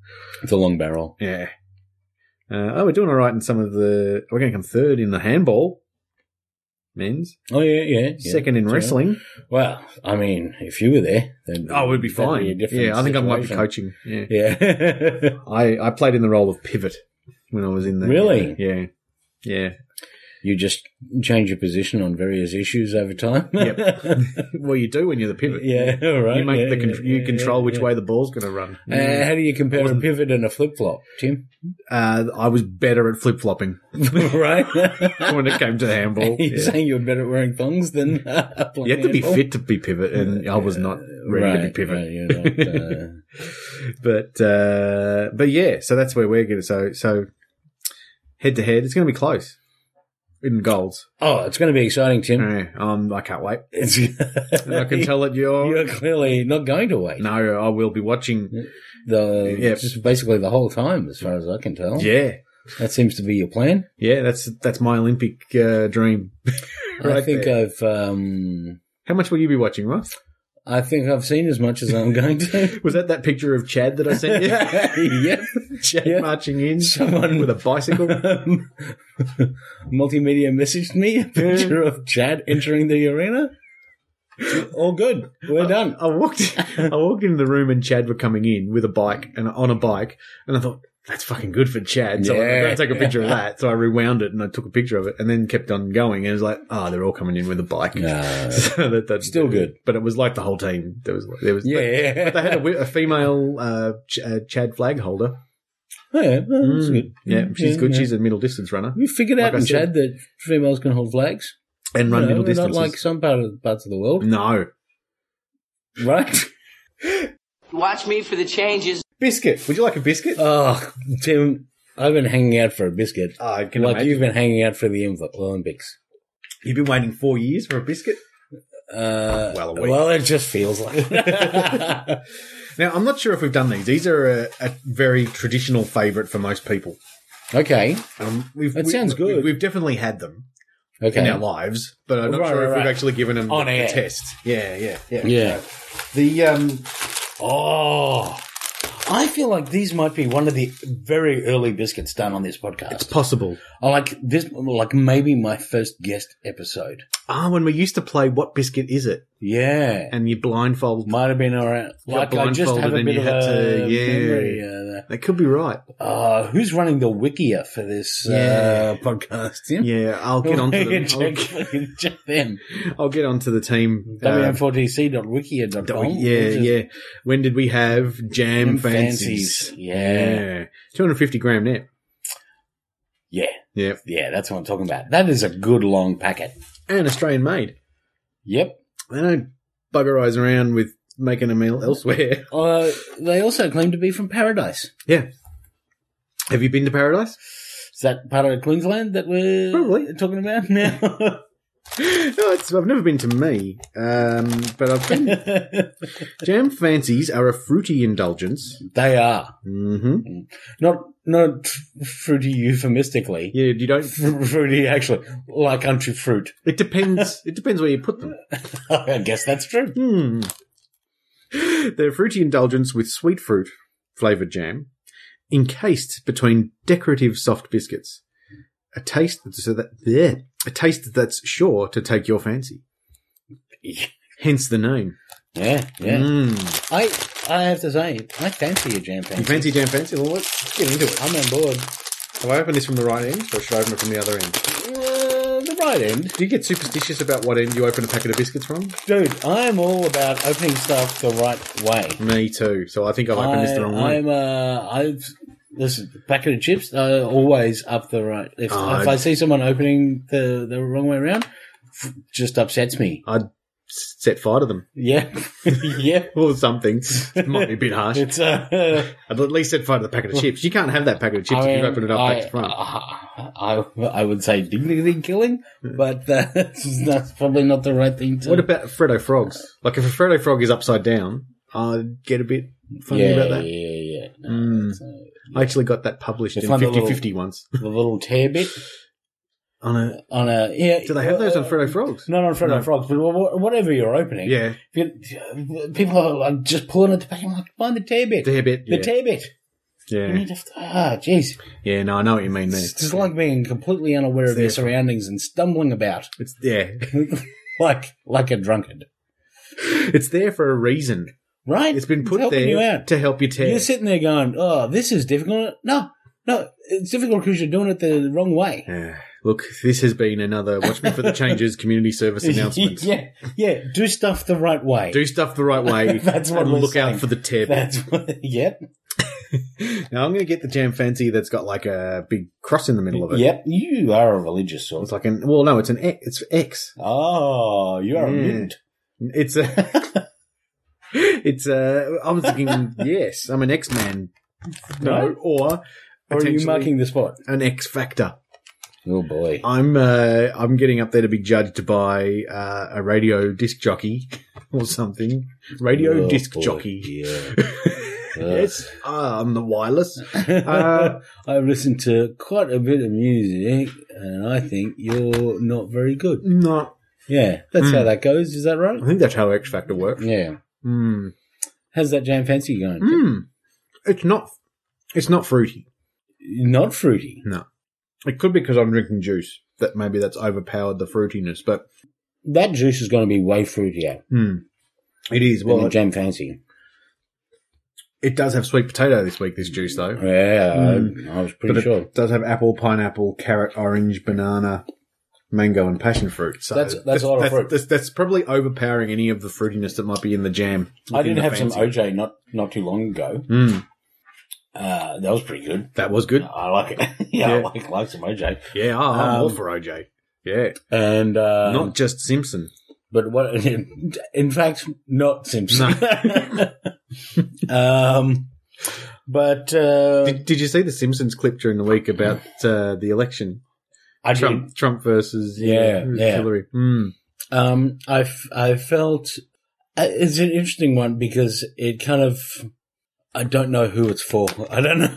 S2: it's a long barrel.
S1: Yeah. Uh, oh, we're doing all right in some of the. We're going to come third in the handball, men's.
S2: Oh yeah, yeah. yeah.
S1: Second in
S2: That's right.
S1: wrestling.
S2: Well, I mean, if you were there, then
S1: Oh, we'd be
S2: that'd
S1: fine.
S2: a different
S1: yeah, I think I might be
S2: situation.
S1: coaching. Yeah.
S2: Yeah.
S1: I, I played in the role of pivot when I was in the.
S2: Really?
S1: Yeah. Yeah.
S2: you just change your position on various issues over time.
S1: Yep. well, you do when you're the pivot.
S2: yeah, all right.
S1: You make
S2: yeah,
S1: the con-
S2: yeah,
S1: you
S2: yeah,
S1: control which
S2: yeah.
S1: way the ball's going to run.
S2: Uh, how do you compare a
S1: Wasn't-
S2: pivot and a flip flop, Tim?
S1: Uh, I was better at flip flopping
S2: right?
S1: when it came to handball.
S2: You're
S1: Yeah.
S2: saying you're better at wearing thongs than uh,
S1: You had to be
S2: handball?
S1: fit to be pivot, and I was not ready to be
S2: Right,
S1: pivot.
S2: right, you're not, uh,
S1: but uh, but yeah, so that's where we're going. to So so head to head, it's going to be close in goals.
S2: oh, it's going to be exciting, Tim.
S1: Yeah, um, I can't wait.
S2: It's,
S1: And I can tell that you're.
S2: you're clearly not going to wait.
S1: No, I will be watching.
S2: The
S1: Yep.
S2: just basically the whole time, as far as I can tell.
S1: Yeah,
S2: that seems to be your plan.
S1: yeah, that's that's my Olympic uh, dream.
S2: I
S1: Right
S2: think
S1: there.
S2: I've um,
S1: How much will you be watching, Ross?
S2: I think I've seen as much as I'm going to.
S1: Was that that picture of Chad that I sent you?
S2: yep.
S1: Chad
S2: Yeah.
S1: marching in,
S2: Someone-
S1: with a bicycle.
S2: Um, Multimedia messaged me a picture of Chad entering the arena. All good.
S1: Uh,
S2: We're done.
S1: I walked I walked into the room and Chad were coming in with a bike and on a bike and I thought that's fucking good for Chad. So I'm
S2: Yeah.
S1: going to take a picture of that. So I rewound it and I took a picture of it and then kept on going. And it was like, oh, they're all coming in with a bike.
S2: No.
S1: So that, that's
S2: Still good.
S1: But it was like the whole team. There was, there was,
S2: Yeah.
S1: But, they had a, wi- a female uh, Ch- uh, Chad flag holder.
S2: yeah, well, that's
S1: Mm.
S2: good.
S1: Yeah, she's
S2: Yeah,
S1: good.
S2: yeah.
S1: She's a middle distance runner
S2: We figured
S1: Like
S2: out
S1: I
S2: in
S1: said-
S2: Chad that females can hold flags.
S1: and run
S2: You know,
S1: middle Mm.
S2: they're
S1: distance.
S2: Not like some part of, parts of the world,
S1: no.
S2: right?
S4: Watch me for the changes.
S1: Biscuit. Would you like a biscuit?
S2: Oh, Tim, I've been hanging out for a biscuit.
S1: Oh, I can
S2: like
S1: imagine.
S2: you've been hanging out for the Inv- Olympics.
S1: You've been waiting four years for a biscuit?
S2: Uh,
S1: Well, a week.
S2: well, it just feels like.
S1: Now, I'm not sure if we've done these. These are a, a very traditional favourite for most people.
S2: okay.
S1: Um, we've,
S2: That
S1: we-
S2: sounds
S1: we-
S2: good.
S1: We've definitely had them
S2: Okay.
S1: in our lives, but I'm not
S2: Right,
S1: sure if
S2: right,
S1: we've
S2: right.
S1: actually given them
S2: On
S1: the
S2: air.
S1: test. Yeah, yeah, yeah.
S2: Yeah.
S1: The um,
S2: Oh, I feel like these might be one of the very early biscuits done on this podcast.
S1: possible.
S2: I like this, like maybe my first guest episode.
S1: Ah, when we used to play What Biscuit Is It?
S2: Yeah,
S1: And you blindfold.
S2: might have been around.
S1: got
S2: Like I just
S1: blindfolded
S2: have a
S1: and
S2: bit
S1: you
S2: of
S1: had
S2: a
S1: to- yeah.
S2: memory. Uh,
S1: That could be right.
S2: uh, who's running the wikia for this
S1: Yeah.
S2: uh, podcast? Tim?
S1: Yeah, I'll get onto them. Uh,
S2: check,
S1: I'll,
S2: check them.
S1: I'll get onto the team. uh, that
S2: WM4TC.wikia.com.
S1: we- yeah, yeah. When did we have jam
S2: Jam fancies.
S1: fancies?
S2: Yeah.
S1: yeah. 250 gram net.
S2: Yeah.
S1: Yeah.
S2: Yeah, that's what I'm talking about. That is a good long packet.
S1: and Australian made.
S2: Yep.
S1: They don't bugger eyes around with making a meal elsewhere.
S2: Uh, they also claim to be from Paradise.
S1: yeah. Have you been to Paradise?
S2: Is that part of Queensland that we're
S1: Probably.
S2: talking about now?
S1: No, it's, I've never been to me, um, but I've been. Jam fancies are a fruity indulgence.
S2: they are.
S1: Mm-hmm.
S2: Not not fruity euphemistically.
S1: Yeah, you don't.
S2: Fr- Fruity, actually, like country fruit.
S1: It depends. it depends where you put them.
S2: I guess that's true.
S1: Hmm. They're a fruity indulgence with sweet fruit flavored jam, encased between decorative soft biscuits. A taste so that yeah, a taste that's sure to take your fancy.
S2: Yeah,
S1: Hence the name.
S2: yeah.
S1: Mm.
S2: I I have to say, I fancy a jam
S1: You
S2: fancy.
S1: fancy jam fancy? Well, let's get into it.
S2: I'm on board.
S1: Have I opened this from the right end, or should I open it from the other end?
S2: Uh, the the right end.
S1: Do you get superstitious about what end you open a packet of biscuits from?
S2: Dude, I'm all about opening stuff the right way.
S1: Me too. So I think I've opened this the wrong way.
S2: I'm, uh, I've, listen, packet of chips, uh, always up the right. If,
S1: Oh,
S2: if I see someone opening the, the wrong way around, f- just upsets me.
S1: I'd s- set fire to them
S2: Yeah. yeah.
S1: or something. It might be a bit harsh.
S2: It's, uh,
S1: I'd at least set fire to the packet of chips. You can't have that packet of chips if you
S2: mean,
S1: open it up
S2: I,
S1: back to front.
S2: I, I, I would say dignity killing, but uh, that's probably not the right thing to
S1: what about Freddo frogs? Like if a Freddo frog is upside down, I'd get a bit funny
S2: yeah,
S1: about that.
S2: Yeah, yeah, yeah. No,
S1: Mm.
S2: it's, uh,
S1: I actually got that published
S2: They
S1: in
S2: find a
S1: 50
S2: little-
S1: 50 once.
S2: the little tear bit
S1: On a,
S2: on a yeah.
S1: do they have those on
S2: uh,
S1: Freddo frogs?
S2: Not on Freddo
S1: No.
S2: Frogs, but wha- whatever you're opening.
S1: Yeah,
S2: If you- people are like, just pulling at the back. I'm like, find the tear bit.
S1: they're a bit.
S2: The
S1: Yeah.
S2: tear bit. You
S1: yeah,
S2: need to- Ah, jeez.
S1: yeah. No, I know what you mean there.
S2: It's just like being completely unaware of
S1: their
S2: their surroundings and stumbling about
S1: It's yeah,
S2: like like a drunkard.
S1: it's there for a reason.
S2: Right?
S1: It's been put
S2: helping
S1: there
S2: you out.
S1: to help you tear.
S2: You're sitting there going, "Oh, this is difficult." No, no, it's difficult because you're doing it the wrong way.
S1: Yeah. Uh, Look, this has been another Watch Me for the Changes community service announcement.
S2: yeah, yeah. Do stuff the right way.
S1: Do stuff the right way.
S2: That's what
S1: and
S2: we're
S1: look
S2: saying.
S1: out for the tear. bit.
S2: That's what, yep,
S1: Now I'm going to get the jam fancy that's got like a big cross in the middle of it.
S2: yep. You are a religious
S1: It's
S2: sort.
S1: like an well, no, it's an X. It's X.
S2: Oh, you are a
S1: Mm.
S2: mint.
S1: It's a. it's a. I was thinking, yes, I'm an X Man. No,
S2: Right.
S1: or
S2: Or are you
S1: potentially
S2: marking the spot?
S1: an X Factor.
S2: Oh boy.
S1: I'm uh, I'm getting up there to be judged by uh, a radio disc jockey or something. Radio
S2: Oh,
S1: disc
S2: boy.
S1: jockey.
S2: Yeah.
S1: yes, uh, I'm the wireless. Uh,
S2: Uh, I've listened to quite a bit of music, and I think you're not very good.
S1: No,
S2: Yeah, that's
S1: Mm.
S2: how that goes. Is that right?
S1: I think that's how X Factor works.
S2: Yeah.
S1: Mm.
S2: How's that jam fancy going?
S1: Mm. It's not. It's not fruity.
S2: Not fruity.
S1: It could be because I'm drinking juice. That maybe that's overpowered the fruitiness, but
S2: That juice is going to be way fruitier
S1: mm, it is.
S2: than
S1: Well,
S2: the
S1: it,
S2: jam fancy.
S1: it does have sweet potato this week. This juice though.
S2: Yeah,
S1: Mm.
S2: I, I was
S1: But
S2: pretty
S1: it
S2: sure.
S1: does have apple, pineapple, carrot, orange, banana, mango, and passion fruit. So
S2: That's- that's a lot of fruit.
S1: That's, that's probably overpowering any of the fruitiness that might be in the jam.
S2: I did
S1: Looking
S2: have some
S1: fancy.
S2: OJ not not too long ago.
S1: Mm,
S2: Uh, that was pretty good.
S1: that was good.
S2: I like it. yeah,
S1: Yeah.
S2: I like like some OJ.
S1: Yeah, I- I'm
S2: Um,
S1: all for OJ. Yeah,
S2: And uh,
S1: not just Simpson.
S2: But what? In fact, not Simpson. um, but uh,
S1: Did, did you see the Simpsons clip during the week about uh, the election?
S2: I did.
S1: Trump, Trump versus
S2: Yeah, yeah.
S1: Hillary. Mm.
S2: Um, I f- I felt uh, it's an interesting one because it kind of I don't know who it's for. I don't know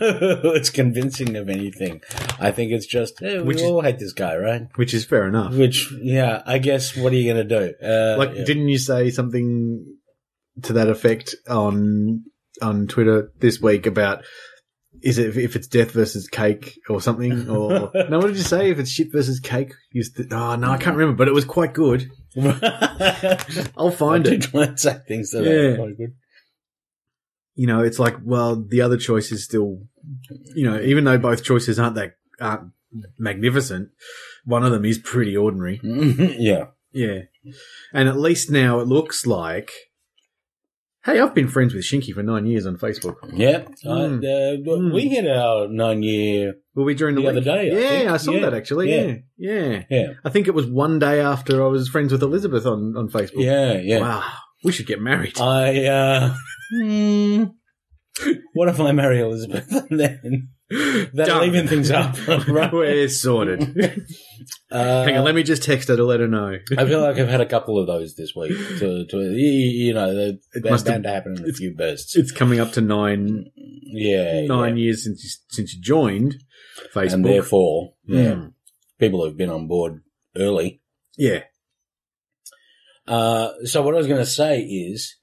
S2: who it's convincing of anything. I think it's just eh, we
S1: Which is-
S2: all hate this guy, right?
S1: Which is fair enough.
S2: Which yeah, I guess what are you gonna do? Uh,
S1: like,
S2: yeah.
S1: didn't you say something to that effect on on Twitter this week about is it if it's death versus cake or something? Or no, what did you say? If it's shit versus cake, you st- oh no, I can't remember, but it was quite good. I'll
S2: I
S1: find
S2: do
S1: it.
S2: try and say things that
S1: Yeah.
S2: are quite good.
S1: You know, it's like well, the other choice is still, you know, even though both choices aren't that aren't magnificent, one of them is pretty ordinary.
S2: yeah.
S1: Yeah. And at least now it looks like Hey, I've been friends with Shinky for nine years on Facebook.
S2: Yeah.
S1: Mm.
S2: I, uh, w-
S1: Mm.
S2: We had our nine year.
S1: Well, we during the,
S2: The other
S1: week.
S2: day, I think.
S1: yeah, I, saw
S2: Yeah.
S1: that actually. Yeah. yeah,
S2: Yeah.
S1: I think it was one day after I was friends with Elizabeth on on Facebook.
S2: Yeah. Yeah.
S1: Wow, we should get married.
S2: I, uh, hmm, what if I marry Elizabeth and then that'll
S1: Done.
S2: even things up? Uh, right?
S1: We're sorted.
S2: Uh,
S1: Hang on, let me just text her to let her know.
S2: I feel like I've had a couple of those this week. To, to, y- y- you know, they're,
S1: It
S2: they're
S1: must have-
S2: bound to happen in a few bursts.
S1: It's coming up to nine
S2: Yeah.
S1: nine
S2: yeah.
S1: years since you, since you joined Facebook.
S2: And therefore, yeah,
S1: Mm.
S2: people who've been on board early
S1: yeah,
S2: Uh, so what I was going to say is,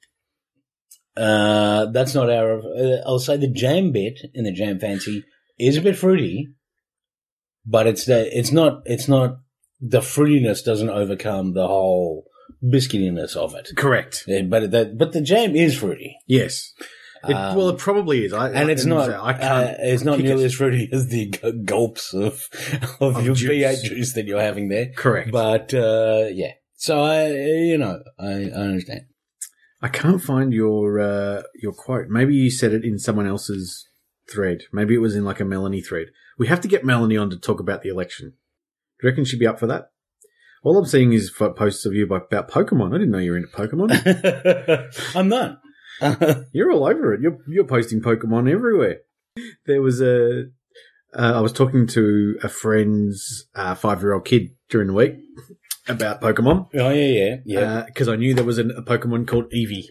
S2: uh, that's not our. Uh, I'll say the jam bit in the jam fancy is a bit fruity, but it's the it's not it's not the fruitiness doesn't overcome the whole biscuitiness of it.
S1: correct.
S2: Yeah, But that but the jam is fruity.
S1: Yes, It,
S2: Um,
S1: well, it probably is. I,
S2: and it's
S1: I,
S2: not
S1: I
S2: uh,
S1: can't.
S2: it's not
S1: pick
S2: nearly
S1: it.
S2: as fruity as the g- gulps of of
S1: Of
S2: your
S1: juice.
S2: V8 juice that you're having there.
S1: correct.
S2: But uh, yeah, so I you know I, I understand.
S1: I can't find your uh, your quote. Maybe you said it in someone else's thread. Maybe it was in like a Melanie thread. We have to get Melanie on to talk about the election. Do you reckon she'd be up for that? All I'm seeing is fo- posts of you about, about Pokemon. I didn't know you were into Pokemon.
S2: I'm not. Oh,
S1: you're all over it. You're you're posting Pokemon everywhere. There was a. Uh, I was talking to a friend's uh, five year old kid during the week about Pokemon.
S2: oh yeah, yeah, yeah.
S1: Yeah, because I knew there was an, a Pokemon called Eevee.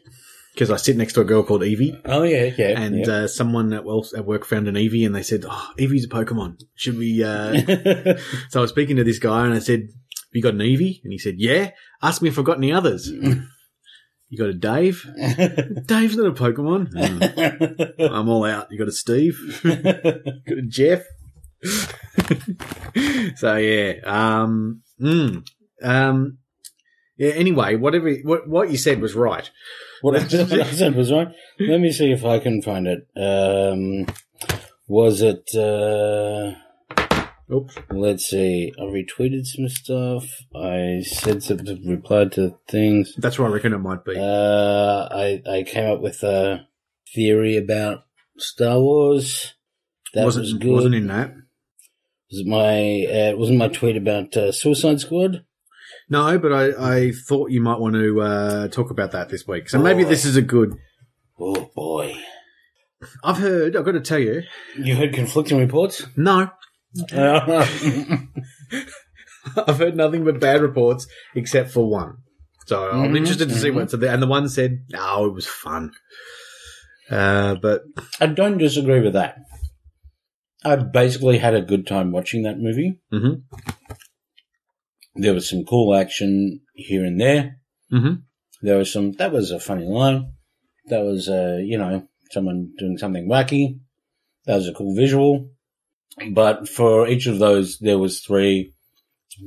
S1: Because I sit next to a girl called Eevee,
S2: oh yeah, yeah.
S1: and
S2: yeah.
S1: uh, someone at, well, at work found an Eevee, and they said, "Oh, Eevee's a Pokemon. Should we?" Uh... so I was speaking to this guy, and I said, "Have you got an Eevee?" And he said, "Yeah." Ask me if I've got any others. you got a Dave? Dave's not a Pokemon. "Mm, I'm all out. You got a Steve? got a Jeff? so yeah, um, mm, um, yeah. Anyway, whatever what what you said was right.
S2: what, I, what I said was right. Let me see if I can find it. Um, was it? Uh,
S1: Oops.
S2: Let's see. I retweeted some stuff. I said something, replied to things.
S1: That's what I reckon it might be.
S2: Uh, I I came up with a theory about Star Wars. That
S1: wasn't
S2: was good.
S1: wasn't in that.
S2: Was it my uh, it wasn't my tweet about uh, Suicide Squad?
S1: No, but I, I thought you might want to uh, talk about that this week. So maybe
S2: Oh.
S1: this is a good.
S2: Oh boy,
S1: I've heard. I've got to tell you.
S2: you heard conflicting reports.
S1: No,
S2: Uh,
S1: I've heard nothing but bad reports except for one. So I'm
S2: Mhm,
S1: interested to see
S2: mhm.
S1: what. So the, and the one said, "No, it was fun." Uh, but
S2: I don't disagree with that. I basically had a good time watching that movie.
S1: Mhm.
S2: Mm-hmm. There was some cool action here and there.
S1: Mhm.
S2: There was some. That was a funny line. That was, uh, you know, someone doing something wacky. That was a cool visual. But for each of those, there was three.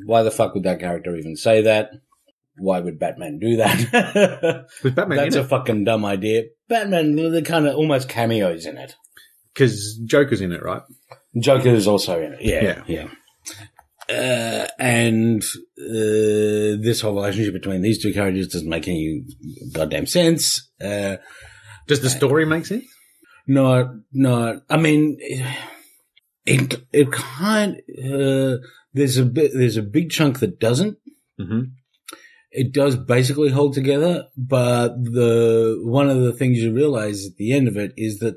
S2: Why the fuck would that character even say that? Why would Batman do that?
S1: was Batman
S2: That's
S1: in
S2: a fucking dumb idea. Batman, the kind of almost cameos in it.
S1: Because Joker's in it, right?
S2: Joker is also in it. Yeah, yeah. Uh, and uh, this whole relationship between these two characters doesn't make any goddamn sense. Uh,
S1: Does the story make sense?
S2: not, not. I mean, it it kind. Uh, there's a bit. There's a big chunk that doesn't.
S1: Mm-hmm.
S2: it does basically hold together, but the one of the things you realize at the end of it is that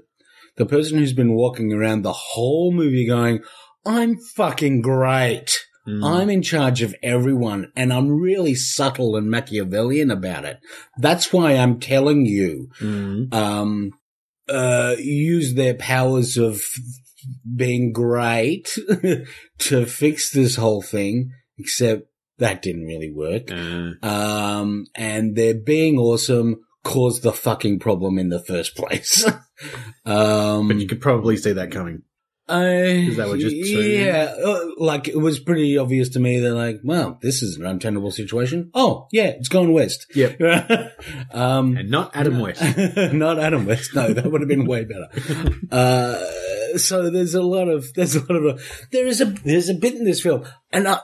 S2: the person who's been walking around the whole movie going, I'm fucking great.
S1: Mm-hmm. Hmm.
S2: I'm in charge of everyone and I'm really subtle and Machiavellian about it. That's why I'm telling you,
S1: Mm-hmm.
S2: um, uh, use their powers of being great to fix this whole thing, except that didn't really work
S1: Uh,
S2: um, and their being awesome caused the fucking problem in the first place. um,
S1: but you could probably see that coming.
S2: I,
S1: Is that what just two-
S2: yeah, uh, like it was pretty obvious to me that like, well, this is an untenable situation. Oh yeah, it's going west.
S1: Yep.
S2: um,
S1: And not Adam West.
S2: not Adam West. No, that would have been way better. Uh, so there's a lot of there's a lot of there is a there's a bit in this film, and I,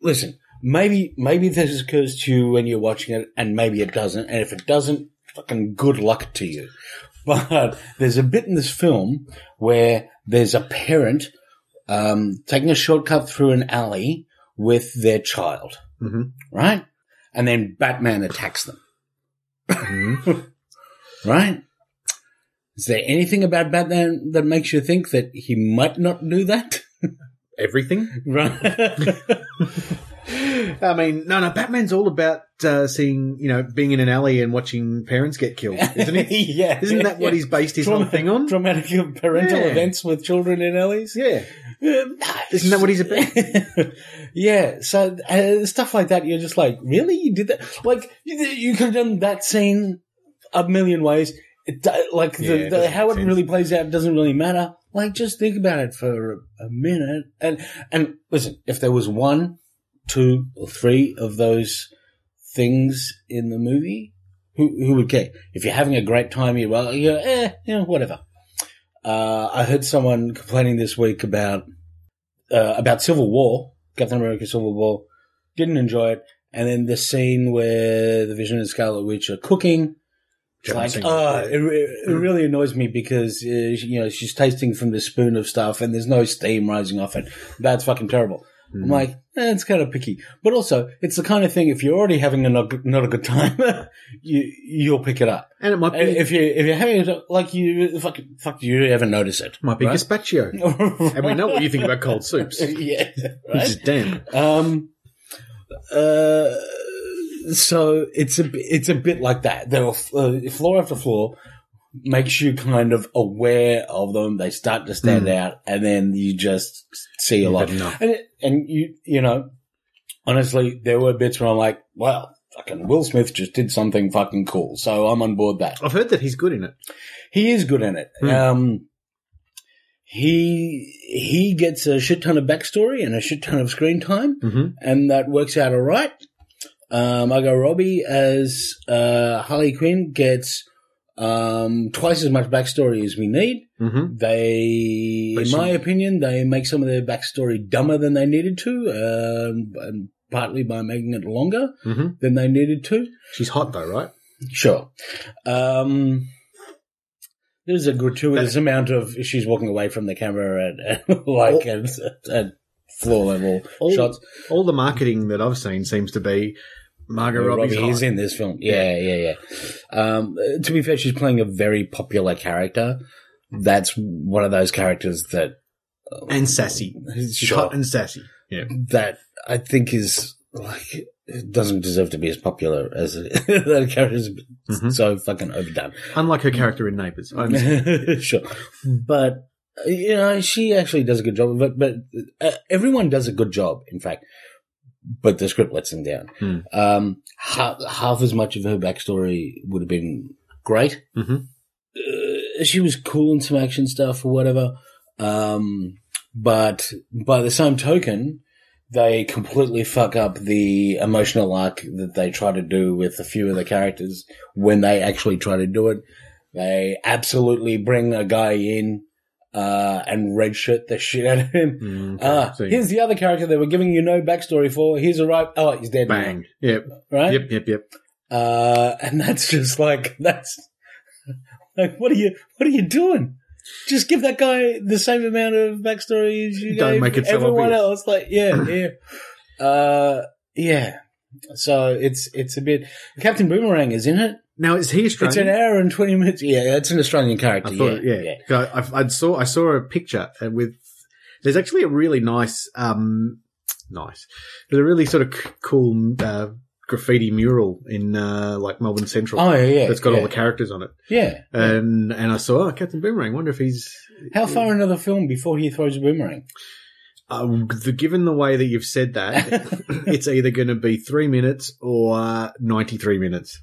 S2: listen, maybe maybe this occurs to you when you're watching it, and maybe it doesn't, and if it doesn't, fucking good luck to you. But there's a bit in this film where there's a parent um, taking a shortcut through an alley with their child,
S1: Mhm.
S2: right? And then Batman attacks them
S1: Mhm.
S2: right? Is there anything about Batman that makes you think that he might not do that?
S1: Everything.
S2: Right?
S1: I mean, no, no. Batman's all about uh, seeing, you know, being in an alley and watching parents get killed, isn't it?
S2: yeah.
S1: Isn't that what he's based his whole
S2: Trauma-
S1: thing on?
S2: Traumatic parental
S1: Yeah.
S2: events with children in alleys?
S1: Yeah.
S2: Uh,
S1: Isn't that what he's about?
S2: yeah. So uh, stuff like that, you're just like, really? You did that? Like, you, you could have done that scene a million ways. It, do- like,
S1: Yeah,
S2: the,
S1: it
S2: the,
S1: doesn't
S2: how
S1: make
S2: it
S1: sense.
S2: really plays out doesn't really matter. Like, just think about it for a, a minute. And, and listen, if there was one, two, or three of those things in the movie, Who who would care? If you're having a great time, you well, you go, eh, you know, whatever. Uh, I heard someone complaining this week about uh, about Civil War, Captain America: Civil War. Didn't enjoy it, and then the scene where the Vision and Scarlet Witch are cooking. It's
S1: Haven't
S2: like,
S1: seen
S2: oh,
S1: it.
S2: it, re-
S1: Hmm.
S2: it really annoys me because uh, you know she's tasting from the spoon of stuff, and there's no steam rising off it. That's fucking terrible. I'm
S1: Hmm.
S2: like, eh, it's kind of picky, but also it's the kind of thing if you're already having a not, good- not a good time, you you'll pick it up.
S1: and it might be
S2: And If you if you're having a, like you fuck fuck do you ever notice it?
S1: might be
S2: right?
S1: gazpacho. and we know what you think about cold soups. Which
S2: yeah,
S1: is
S2: right.
S1: damn.
S2: Um, uh, so it's a bi- it's a bit like that. There are uh, floor after floor makes you kind of aware of them. They start to stand out, and then you just see a
S1: You've
S2: lot.
S1: had enough.
S2: And it, and you you know, honestly, there were bits where I'm like, well. Fucking Will Smith just did something fucking cool, so I'm on board that.
S1: I've heard that he's good in it.
S2: He is good in it.
S1: Hmm.
S2: Um, he he gets a shit ton of backstory and a shit ton of screen time
S1: Mm-hmm.
S2: and that works out all right. Um, Margot Robbie as uh, Harley Quinn gets um, twice as much backstory as we need.
S1: Mm-hmm.
S2: They,
S1: But
S2: in
S1: she-
S2: my opinion, they make some of their backstory dumber than they needed to, um, and partly by making it longer
S1: Mhm.
S2: than they needed to.
S1: She's hot though, right?
S2: Sure. Um, there's a gratuitous amount of she's walking away from the camera at, at like at, at floor level
S1: All,
S2: shots.
S1: all the marketing that I've seen seems to be Margot
S2: Margot
S1: Robbie's
S2: Robbie
S1: hot.
S2: is in this film. Yeah, yeah, yeah. Um, uh, to be fair, she's playing a very popular character. That's one of those characters that
S1: and sassy. She's
S2: Sure.
S1: hot and sassy. Yeah.
S2: that I think is like it doesn't deserve to be as popular as it, that character is
S1: Mhm.
S2: so fucking overdone.
S1: Unlike her character in Neighbours. I'm
S2: Ah, sure, but uh, you know she actually does a good job of it. But uh, everyone does a good job, in fact. But the script lets them down.
S1: Hmm.
S2: Um, half, half as much of her backstory would have been great.
S1: Mhm.
S2: Uh, she was cool in some action stuff or whatever. Um, but by the same token, they completely fuck up the emotional arc that they try to do with a few of the characters when they actually try to do it. They absolutely bring a guy in uh, and redshirt the shit out of him.
S1: Mm, okay.
S2: Ah,
S1: So-
S2: here's the other character they were giving you no backstory for. Here's a right. Oh, he's dead. now,
S1: bang. Yep.
S2: Right?
S1: Yep. Yep. Yep.
S2: Uh, and that's just like that's like what are you what are you doing? Just give that guy the same amount of backstory as you
S1: Don't
S2: gave
S1: make it so
S2: everyone
S1: obvious.
S2: else. Like yeah, yeah, uh, yeah. So it's it's a bit. Captain Boomerang is in it.
S1: Now is he Australian?
S2: It's an hour and twenty minutes. Yeah, it's an Australian character.
S1: I thought,
S2: yeah,
S1: yeah, yeah. I, I saw I saw a picture uh, with. There's actually a really nice, um, nice. There's a really sort of c- cool uh, graffiti mural in uh, like Melbourne Central
S2: Oh yeah, yeah.
S1: that's got
S2: yeah,
S1: all the Uh, characters on it,
S2: Yeah.
S1: and and I saw oh, Captain Boomerang. Wonder if he's
S2: How far into the film before he throws a boomerang?
S1: uh, the, given the way that you've said that, it's either going to be three minutes or uh, ninety three minutes.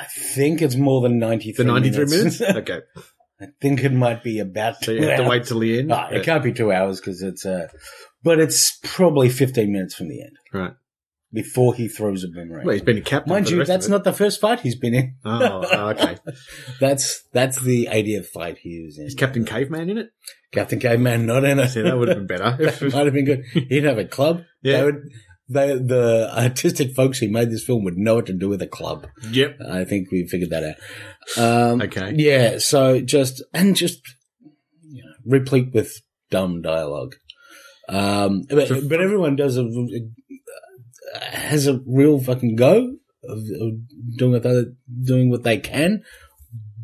S2: I think it's more than ninety
S1: The
S2: three.
S1: ninety three minutes,
S2: I
S1: okay.
S2: think it might be about.
S1: So you have to
S2: two
S1: wait till the end.
S2: No, it can't be two hours because it's uh, but it's probably fifteen minutes from the end.
S1: Right.
S2: Before he throws a boomerang.
S1: Well, he's been a captain.
S2: Mind
S1: for the
S2: you,
S1: rest of
S2: that's
S1: it.
S2: not the first fight he's been in.
S1: Oh, okay.
S2: That's that's the 80th fight he was in.
S1: Is Captain Caveman in it?
S2: Captain Caveman not in it.
S1: See, that would have been better.
S2: That might have been good. He'd have a club.
S1: Yeah.
S2: They would, they, the artistic folks who made this film would know what to do with a club.
S1: yep.
S2: I think we figured that out. Um,
S1: Okay.
S2: Yeah. So just and just you know, replete with dumb dialogue. Um, but,
S1: So-
S2: but everyone does a has a real fucking go of, of doing what they, doing what they can,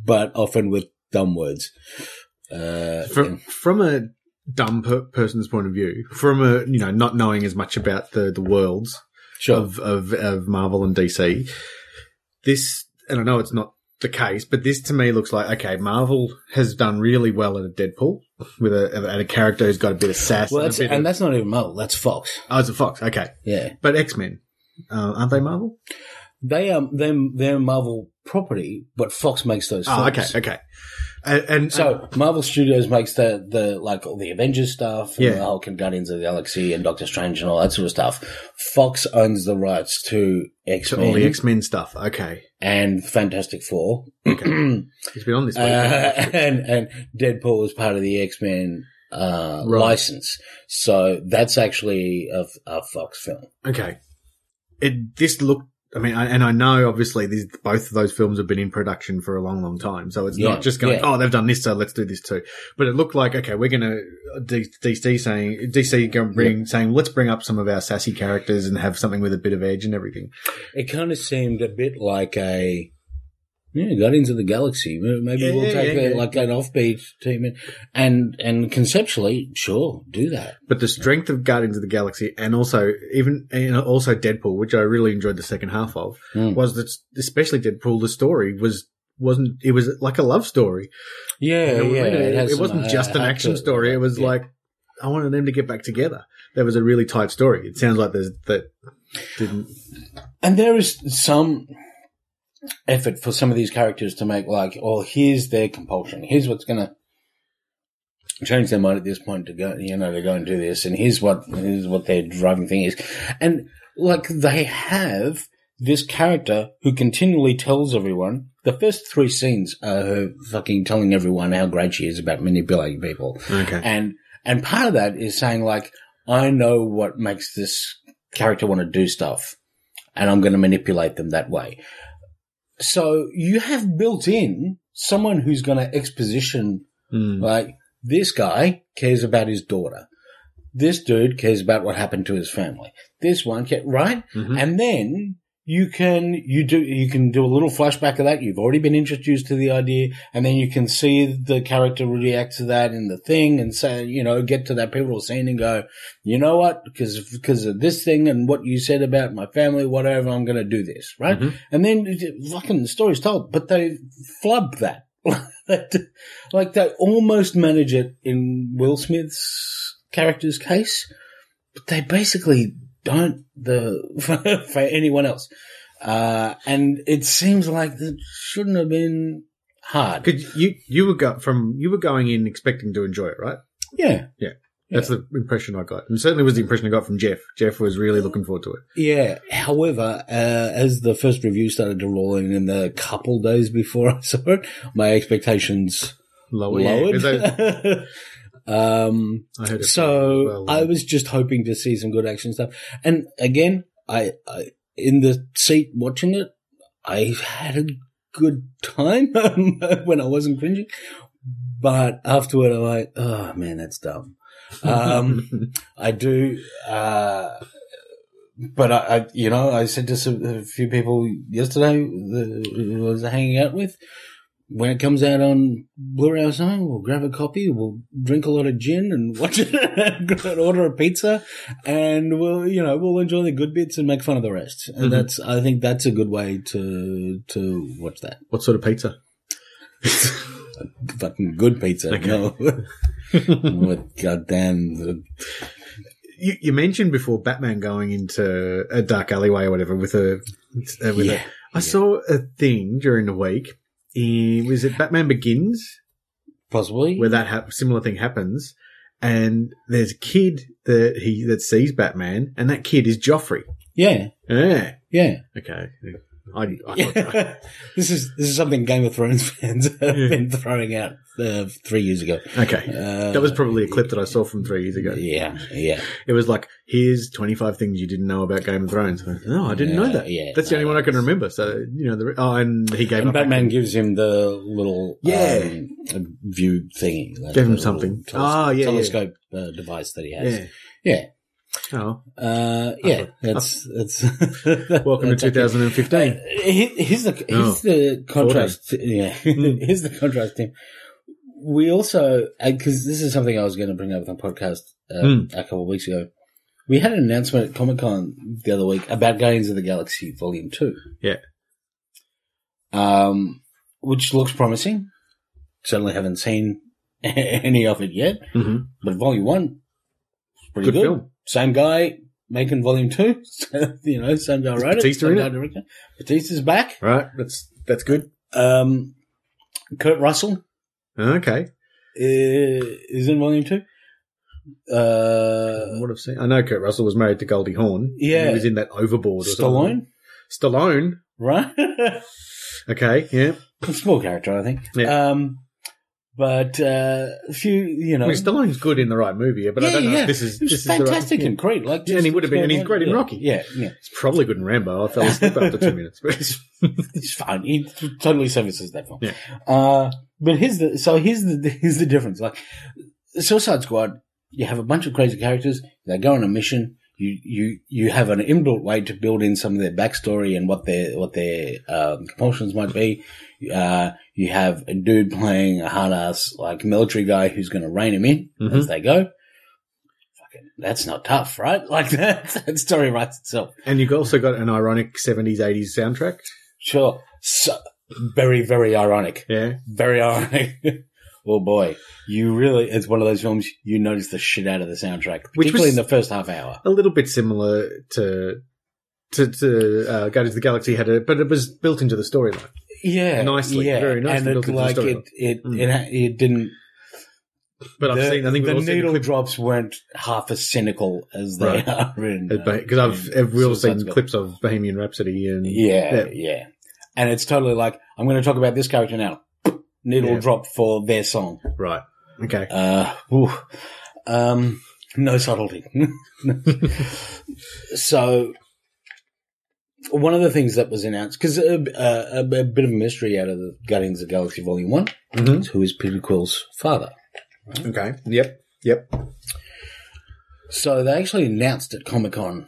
S2: but often with dumb words. Uh,
S1: From from a dumb per- person's point of view, from a you know not knowing as much about the the worlds
S2: sure.
S1: of, of of Marvel and DC, this and I know it's not the case, but this to me looks like okay, Marvel has done really well in a Deadpool with a and a character who's got a bit of sass.
S2: well,
S1: and,
S2: that's,
S1: a bit
S2: and
S1: of,
S2: that's not even Marvel. That's Fox.
S1: oh, it's a Fox. Okay,
S2: Yeah.
S1: but X Men uh, aren't they Marvel?
S2: They are them. They're Marvel property, but Fox makes those.
S1: Oh, okay,
S2: films.
S1: okay. And, and
S2: So Marvel Studios makes the the like all the Avengers stuff, and
S1: Yeah.
S2: the Hulk and Guardians of the Galaxy and Doctor Strange and all that sort of stuff. Fox owns the rights to X
S1: to all the
S2: Men
S1: X Men stuff. Okay,
S2: and Fantastic Four,
S1: Okay. he's been on this.
S2: uh,
S1: week.
S2: and and Deadpool is part of the X Men uh,
S1: Right.
S2: license. So that's actually a, a Fox film.
S1: okay, it this looked. I mean, I, and I know obviously these both of those films have been in production for a long, long time. So it's
S2: Yeah,
S1: not just going,
S2: yeah.
S1: oh, they've done this, so let's do this too. But it looked like okay, we're uh, going to DC saying DC going to bring saying let's bring up some of our sassy characters and have something with a bit of edge and everything.
S2: It kind of seemed a bit like a yeah, Guardians of the Galaxy. Maybe
S1: Yeah,
S2: we'll
S1: yeah,
S2: take
S1: yeah,
S2: a,
S1: yeah.
S2: like an offbeat team, and, and and conceptually, sure, do that.
S1: But the strength of Guardians of the Galaxy and also even and also Deadpool, which I really enjoyed the second half of,
S2: Mm.
S1: was that especially Deadpool the story was wasn't it was like a love story.
S2: Yeah,
S1: You know what I
S2: yeah.
S1: mean? It,
S2: has
S1: it
S2: some,
S1: wasn't
S2: uh,
S1: just an
S2: heart
S1: action
S2: to it.
S1: story. It was
S2: Yeah.
S1: like I wanted them to get back together. That was a really tight story. It sounds like there's that didn't
S2: and there is some effort for some of these characters to make like, oh, here's their compulsion. Here's what's going to change their mind at this point to go, you know, to go and do this. And here's what here's what their driving thing is. And like they have this character who continually tells everyone. The first three scenes are her fucking telling everyone how great she is about manipulating people.
S1: okay.
S2: And and part of that is saying like, I know what makes this character want to do stuff, and I'm going to manipulate them that way. So you have built in someone who's going to exposition
S1: Mm.
S2: like this guy cares about his daughter. This dude cares about what happened to his family. This one, ca- right?
S1: Mhm.
S2: and then you can you do you can do a little flashback of that you've already been introduced to the idea and then you can see the character react to that in the thing and say you know get to that pivotal scene and go you know what because because of this thing and what you said about my family whatever i'm going to do this right
S1: Mhm.
S2: and then it- fucking the story's told but they flub that like they almost manage it in will smith's character's case but they basically don't the for, for anyone else. Uh, and it seems like that shouldn't have been hard.
S1: Could you you were go, from you were going in expecting to enjoy it, right?
S2: yeah,
S1: That's the impression I got, and certainly was the impression I got from Jeff. Jeff was really looking forward to it.
S2: yeah. However, uh, as the first review started to roll in in the couple days before I saw it, my expectations
S1: Lower, Oh, yeah, 'cause
S2: lowered.
S1: I,
S2: um,
S1: I heard it.
S2: So
S1: well,
S2: I
S1: um,
S2: was just hoping to see some good action stuff. And again, I, I in the seat watching it, I had a good time when I wasn't cringing. But afterward, I'm like, oh man, that's dumb. Um, I do, uh, but I, I, you know, I said to some, a few people yesterday that I was hanging out with, when it comes out on Blu-ray or something, "Oh, we'll grab a copy, we'll drink a lot of gin and watch it, and order a pizza, and we'll, you know, we'll enjoy the good bits and make fun of the rest. And
S1: Mhm.
S2: that's, I think that's a good way to, to watch that.
S1: what sort of pizza?
S2: Fucking good pizza.
S1: Okay.
S2: No. With goddamn the
S1: you, you mentioned before Batman going into a dark alleyway or whatever with a. Uh, with a-
S2: Yeah,
S1: I saw a thing during the week. eh, was it Batman Begins
S2: possibly.
S1: where that hap- similar thing happens? And there's a kid that he that sees Batman, and that kid is Joffrey.
S2: yeah,
S1: Yeah.
S2: yeah.
S1: Okay. I, I thought that.
S2: this is this is something Game of Thrones fans have
S1: Yeah.
S2: been throwing out uh, three years ago.
S1: Okay.
S2: Uh,
S1: That was probably a clip that I saw from three years ago.
S2: Yeah, yeah.
S1: It was like, here's 25 things you didn't know about Game of Thrones. I went, no, Oh, I didn't know
S2: Yeah,
S1: that.
S2: yeah,
S1: That's the
S2: no,
S1: only one I can
S2: that's-
S1: remember. So, you know, the, oh, and he gave
S2: And
S1: up
S2: Batman gives him the little
S1: Yeah.
S2: um, view thingy. like
S1: Gave him
S2: the little
S1: something.
S2: teles-
S1: Ah, yeah, yeah.
S2: telescope Uh, device that he has.
S1: Yeah.
S2: Yeah,
S1: Oh,
S2: yeah, uh, yeah. That's that's.
S1: welcome to
S2: that's okay.
S1: 2015.
S2: Uh, He- Here's the here's
S1: Oh. Hmm.
S2: the contrast. Yeah, here's the contrast. Tim. We also because this is something I was going to bring up on the podcast uh,
S1: Hmm.
S2: a couple of weeks ago. We had an announcement at Comic Con the other week about Guardians of the Galaxy Volume Two.
S1: Yeah.
S2: um, which looks promising. Certainly haven't seen any of it yet,
S1: hmm
S2: but Volume One, pretty
S1: Good
S2: good.
S1: film.
S2: Same guy making Volume Two. you know, same guy wrote
S1: Batista
S2: it. Same
S1: in
S2: guy
S1: it?
S2: directed it. Batista's back.
S1: Right. That's, that's good.
S2: Um, Kurt Russell
S1: Okay.
S2: is in volume two.
S1: I
S2: Uh,
S1: would have seen. I know Kurt Russell was married to Goldie Hawn.
S2: Yeah.
S1: He was in that Overboard or
S2: Stallone,
S1: something. Stallone.
S2: right?
S1: Okay. Yeah.
S2: Small character, I think.
S1: Yeah.
S2: Um, but uh, a few, you know,
S1: I mean, Stallone's good in the right movie, but I don't know if this is
S2: He was
S1: this is the right-
S2: fantastic
S1: yeah.
S2: and great. Like,
S1: Yeah, and he would have been- and he's great in
S2: Yeah,
S1: Rocky.
S2: Yeah, yeah,
S1: It's probably good in Rambo. I fell asleep after two minutes.
S2: he's fine. He totally services that film.
S1: Yeah.
S2: Uh, but here's the so here's the here's the difference. Like, Suicide Squad, you have a bunch of crazy characters. They go on a mission. You you you have an inbuilt way to build in some of their backstory and what their what their um, compulsions might be. Uh, you have a dude playing a hard ass like military guy who's going to rein him in
S1: Mhm.
S2: as they go. Fucking, that's not tough, right? Like that that story writes itself.
S1: and you've also got an ironic seventies eighties soundtrack.
S2: Sure. So, very, very ironic.
S1: Yeah.
S2: Very ironic. oh boy. You really, it's one of those films you notice the shit out of the soundtrack,
S1: Which
S2: particularly
S1: was-
S2: in the first half hour.
S1: a little bit similar to to, to uh, Guardians of the Galaxy had a, but it was built into the storyline.
S2: Yeah.
S1: Nicely,
S2: Yeah.
S1: very nicely
S2: And it,
S1: built into the
S2: like,
S1: storyline.
S2: it, it,
S1: Mm.
S2: it, ha- it didn't,
S1: But
S2: the,
S1: I've seen, I think
S2: the
S1: we've all seen
S2: needle
S1: clips
S2: drops weren't half as cynical as they
S1: Right.
S2: are in, uh,
S1: because I've,
S2: in
S1: I've we all
S2: Suicide
S1: seen
S2: Squad.
S1: clips of Bohemian Rhapsody and
S2: Yeah, yeah. And it's totally like, I'm going to talk about this character now. Needle
S1: Yeah.
S2: drop for their song.
S1: right, okay,
S2: Uh, ooh. um, no subtlety. so, one of the things that was announced because a, uh, a, a bit of a mystery out of the Guardians of the Galaxy Volume One
S1: Mhm.
S2: is who is Peter Quill's father.
S1: okay, yep, yep.
S2: So they actually announced at Comic Con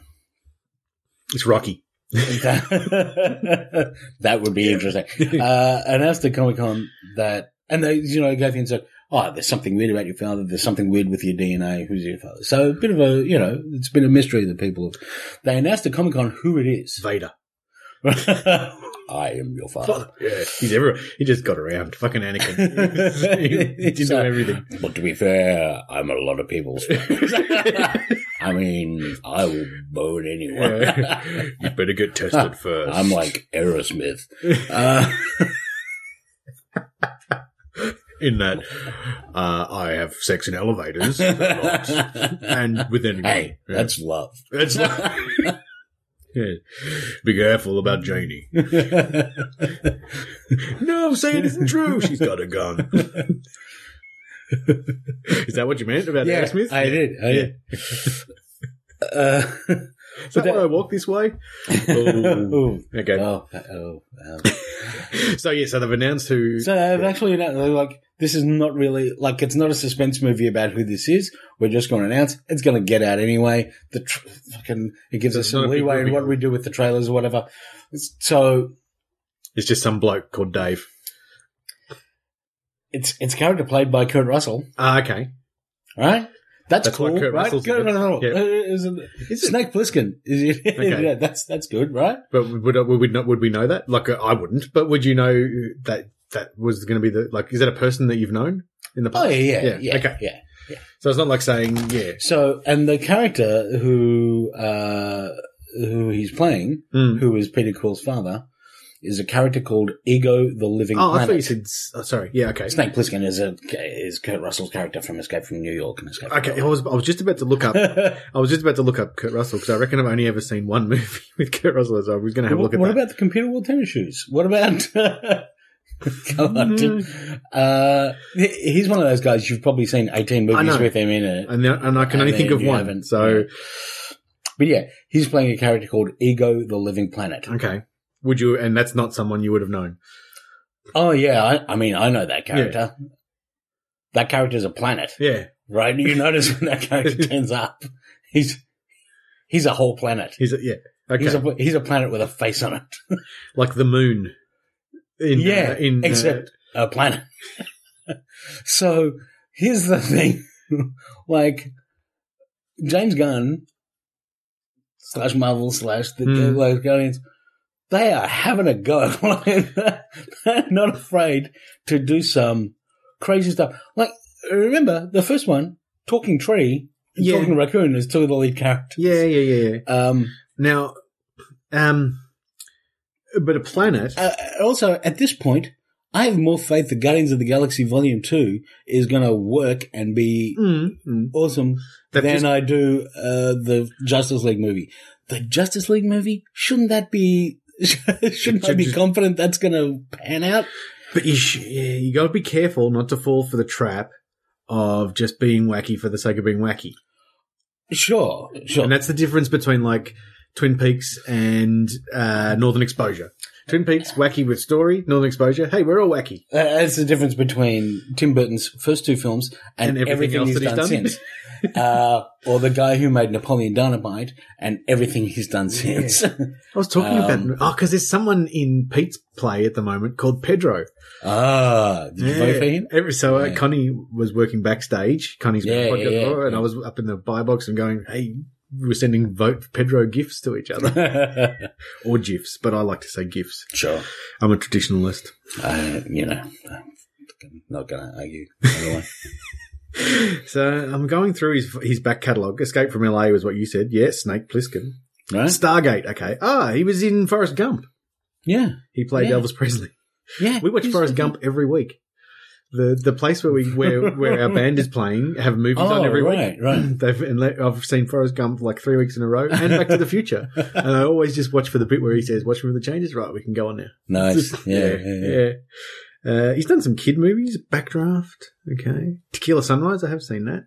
S1: It's Rocky.
S2: that, that would be interesting. Uh, announced at Comic Con that, and they, you know, gave hints like, oh, there's something weird about your father. There's something weird with your DNA. Who's your father? So a bit of a, you know, it's been a mystery that people have. They announced at Comic Con who it is.
S1: Vader.
S2: I am your father.
S1: Yeah, he's everywhere. He just got around. Fucking Anakin. he didn't
S2: So-
S1: know everything.
S2: But to be fair, I'm a lot of people's. I mean, I will bone anyone.
S1: Yeah. you better get tested first.
S2: I'm like Aerosmith. Uh,
S1: in that uh, I have sex in elevators and with anyone.
S2: hey,
S1: Yeah.
S2: that's love.
S1: That's not- Yeah. Be careful about Janie. no, say it isn't true. She's got a gun. Is that what you meant about
S2: yeah,
S1: Aerosmith?
S2: I did. I did. uh,
S1: Is that
S2: But
S1: why
S2: that-
S1: I walk this way? Oh. um,
S2: oh,
S1: Okay.
S2: oh, oh, wow.
S1: So yeah, so they've announced who.
S2: so I've actually not, like this is not really like it's not a suspense movie about who this is. We're just going to announce it's going to get out anyway. The tr- fucking it gives
S1: It's
S2: us
S1: not
S2: some
S1: a big
S2: leeway
S1: movie.
S2: in what we do with the trailers or whatever. It's- So
S1: it's just some bloke called Dave.
S2: it's it's character played by Kurt Russell,
S1: Ah, okay.
S2: right? That's,
S1: That's why
S2: cool,
S1: Kurt
S2: right?
S1: Russell's
S2: Kurt
S1: in it.
S2: Russell Uh,
S1: Yeah.
S2: is in-
S1: Is it?
S2: Snake Plissken is
S1: Okay.
S2: yeah, that's that's good, right?
S1: But would would we know, would we know that? Like, uh, I wouldn't. But would you know that that was going to be the like? Is that a person that you've known in the past?
S2: Oh yeah,
S1: Yeah,
S2: yeah, yeah,
S1: okay.
S2: yeah.
S1: So it's not like saying yeah.
S2: So, and the character who uh, who he's playing,
S1: Mm.
S2: who is Peter Quill's father, is a character called Ego the Living
S1: Oh, I thought you
S2: Planet.
S1: said. s- Oh, sorry. Yeah. Okay.
S2: Snake Plissken is a is Kurt Russell's character from Escape from New York and Escape.
S1: Okay. I
S2: From
S1: was I was just about to look up. I was just about to look up Kurt Russell because I reckon I've only ever seen one movie with Kurt Russell. So I was going to have a look
S2: what
S1: at
S2: what
S1: that.
S2: about the computer world tennis shoes? What about? Come on,
S1: Mm.
S2: dude. Uh, he- he's one of those guys you've probably seen eighteen movies
S1: know.
S2: with him in it.
S1: and, then- and I can
S2: And
S1: only think
S2: then
S1: of
S2: you
S1: one.
S2: haven't-
S1: So
S2: But yeah, he's playing a character called Ego the Living Planet.
S1: okay. Would you? And that's not someone you would have known.
S2: Oh yeah, I, I mean I know that character. That character's a planet,
S1: Yeah.
S2: right? You notice when that character turns up, he's he's a whole planet.
S1: He's a, yeah. Okay.
S2: He's a he's a planet with a face on it.
S1: like the moon. In,
S2: yeah,
S1: uh, in uh,
S2: except a planet. so here's the thing, like James Gunn slash Marvel slash the
S1: Hmm.
S2: like Guardians, they are having a go. Like, they're not afraid to do some crazy stuff. Like remember the first one, Talking Tree,
S1: Yeah.
S2: Talking Raccoon is two of the lead characters.
S1: yeah, yeah, yeah, yeah.
S2: Um,
S1: Now, um, but a planet.
S2: uh, also uh, at this point, I have more faith that Guardians of the Galaxy Volume 2 is going to work and be
S1: Mm, mm.
S2: awesome
S1: They've
S2: than
S1: just-
S2: I do uh, the Justice League movie. The Justice League movie shouldn't that be? shouldn't I be
S1: Just-
S2: confident that's going to pan out?
S1: But you, sh- yeah, you got to be careful not to fall for the trap of just being wacky for the sake of being wacky.
S2: Sure, sure.
S1: And that's the difference between like Twin Peaks and uh, Northern Exposure. Twin Peaks, wacky with story. Northern Exposure, hey, we're all wacky.
S2: Uh, That's the difference between Tim Burton's first two films and,
S1: And everything
S2: everything,
S1: else
S2: he's,
S1: that he's
S2: done,
S1: done.
S2: since. uh, or the guy who made Napoleon Dynamite and everything he's done since.
S1: I was talking
S2: Um,
S1: about oh, because there's someone in Pete's play at the moment called Pedro.
S2: ah, did you vote for him?
S1: Every, so uh,
S2: Yeah.
S1: Connie was working backstage. Connie's
S2: Yeah,
S1: podcast,
S2: yeah, yeah.
S1: and I was up in the buy box and going, "Hey, we're sending vote for Pedro gifts to each other or gifs, but I like to say gifs.
S2: sure.
S1: I'm a traditionalist."
S2: Uh, you know, I'm not going to argue. Anyway.
S1: So I'm going through his his back catalogue. Escape from LA was what you said. Yeah, Snake Plissken.
S2: right?
S1: Stargate. Okay. Ah, he was in Forrest Gump.
S2: Yeah.
S1: He played
S2: Yeah.
S1: Elvis Presley.
S2: Yeah.
S1: We watch
S2: He's-
S1: Forrest Gump every week. The the place where we where where our band is playing have movies
S2: Oh,
S1: on every
S2: right,
S1: week.
S2: right.
S1: They've and le- I've seen Forrest Gump like three weeks in a row, and Back to the Future. And I always just watch for the bit where he says, "Watch for the changes." Right, we can go on now.
S2: Nice.
S1: Just-
S2: yeah, yeah, yeah.
S1: yeah. Uh, he's done some kid movies. Backdraft. Okay. Tequila Sunrise. I have seen that.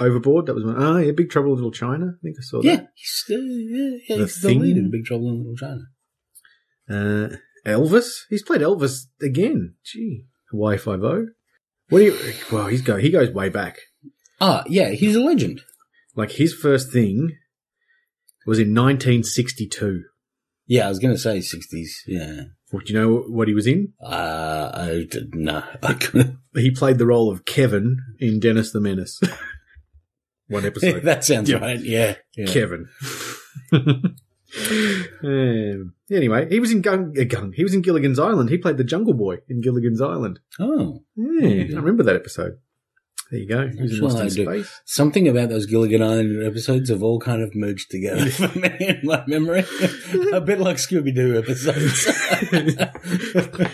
S1: Overboard. That was one. Oh, yeah. Big Trouble in Little China. I think I saw
S2: Yeah,
S1: that.
S2: he's, uh, yeah, yeah,
S1: The
S2: he's the lead
S1: Thing.
S2: in Big Trouble in Little China.
S1: Uh, Elvis. He's played Elvis again. Gee. Hawaii Five O. What do you? Well, he's go. He goes way back.
S2: Ah, yeah, he's a legend.
S1: Like his first thing was in 1962.
S2: Yeah, I was going to say 60s. Yeah.
S1: Well, do you know what he was in?
S2: Uh, I did, no. I couldn't-
S1: He played the role of Kevin in Dennis the Menace. one episode.
S2: that sounds
S1: Yeah.
S2: right. Yeah. yeah.
S1: Kevin. Um, anyway, he was in Gung, uh, Gung. He was in Gilligan's Island. He played the Jungle Boy in Gilligan's Island.
S2: Oh,
S1: Yeah,
S2: Yeah.
S1: I remember that episode. There you go. He was in
S2: That's
S1: Lost in
S2: what I
S1: Space.
S2: something about those Gilligan Island episodes have all kind of merged together for me in my memory. a bit like Scooby Doo episodes.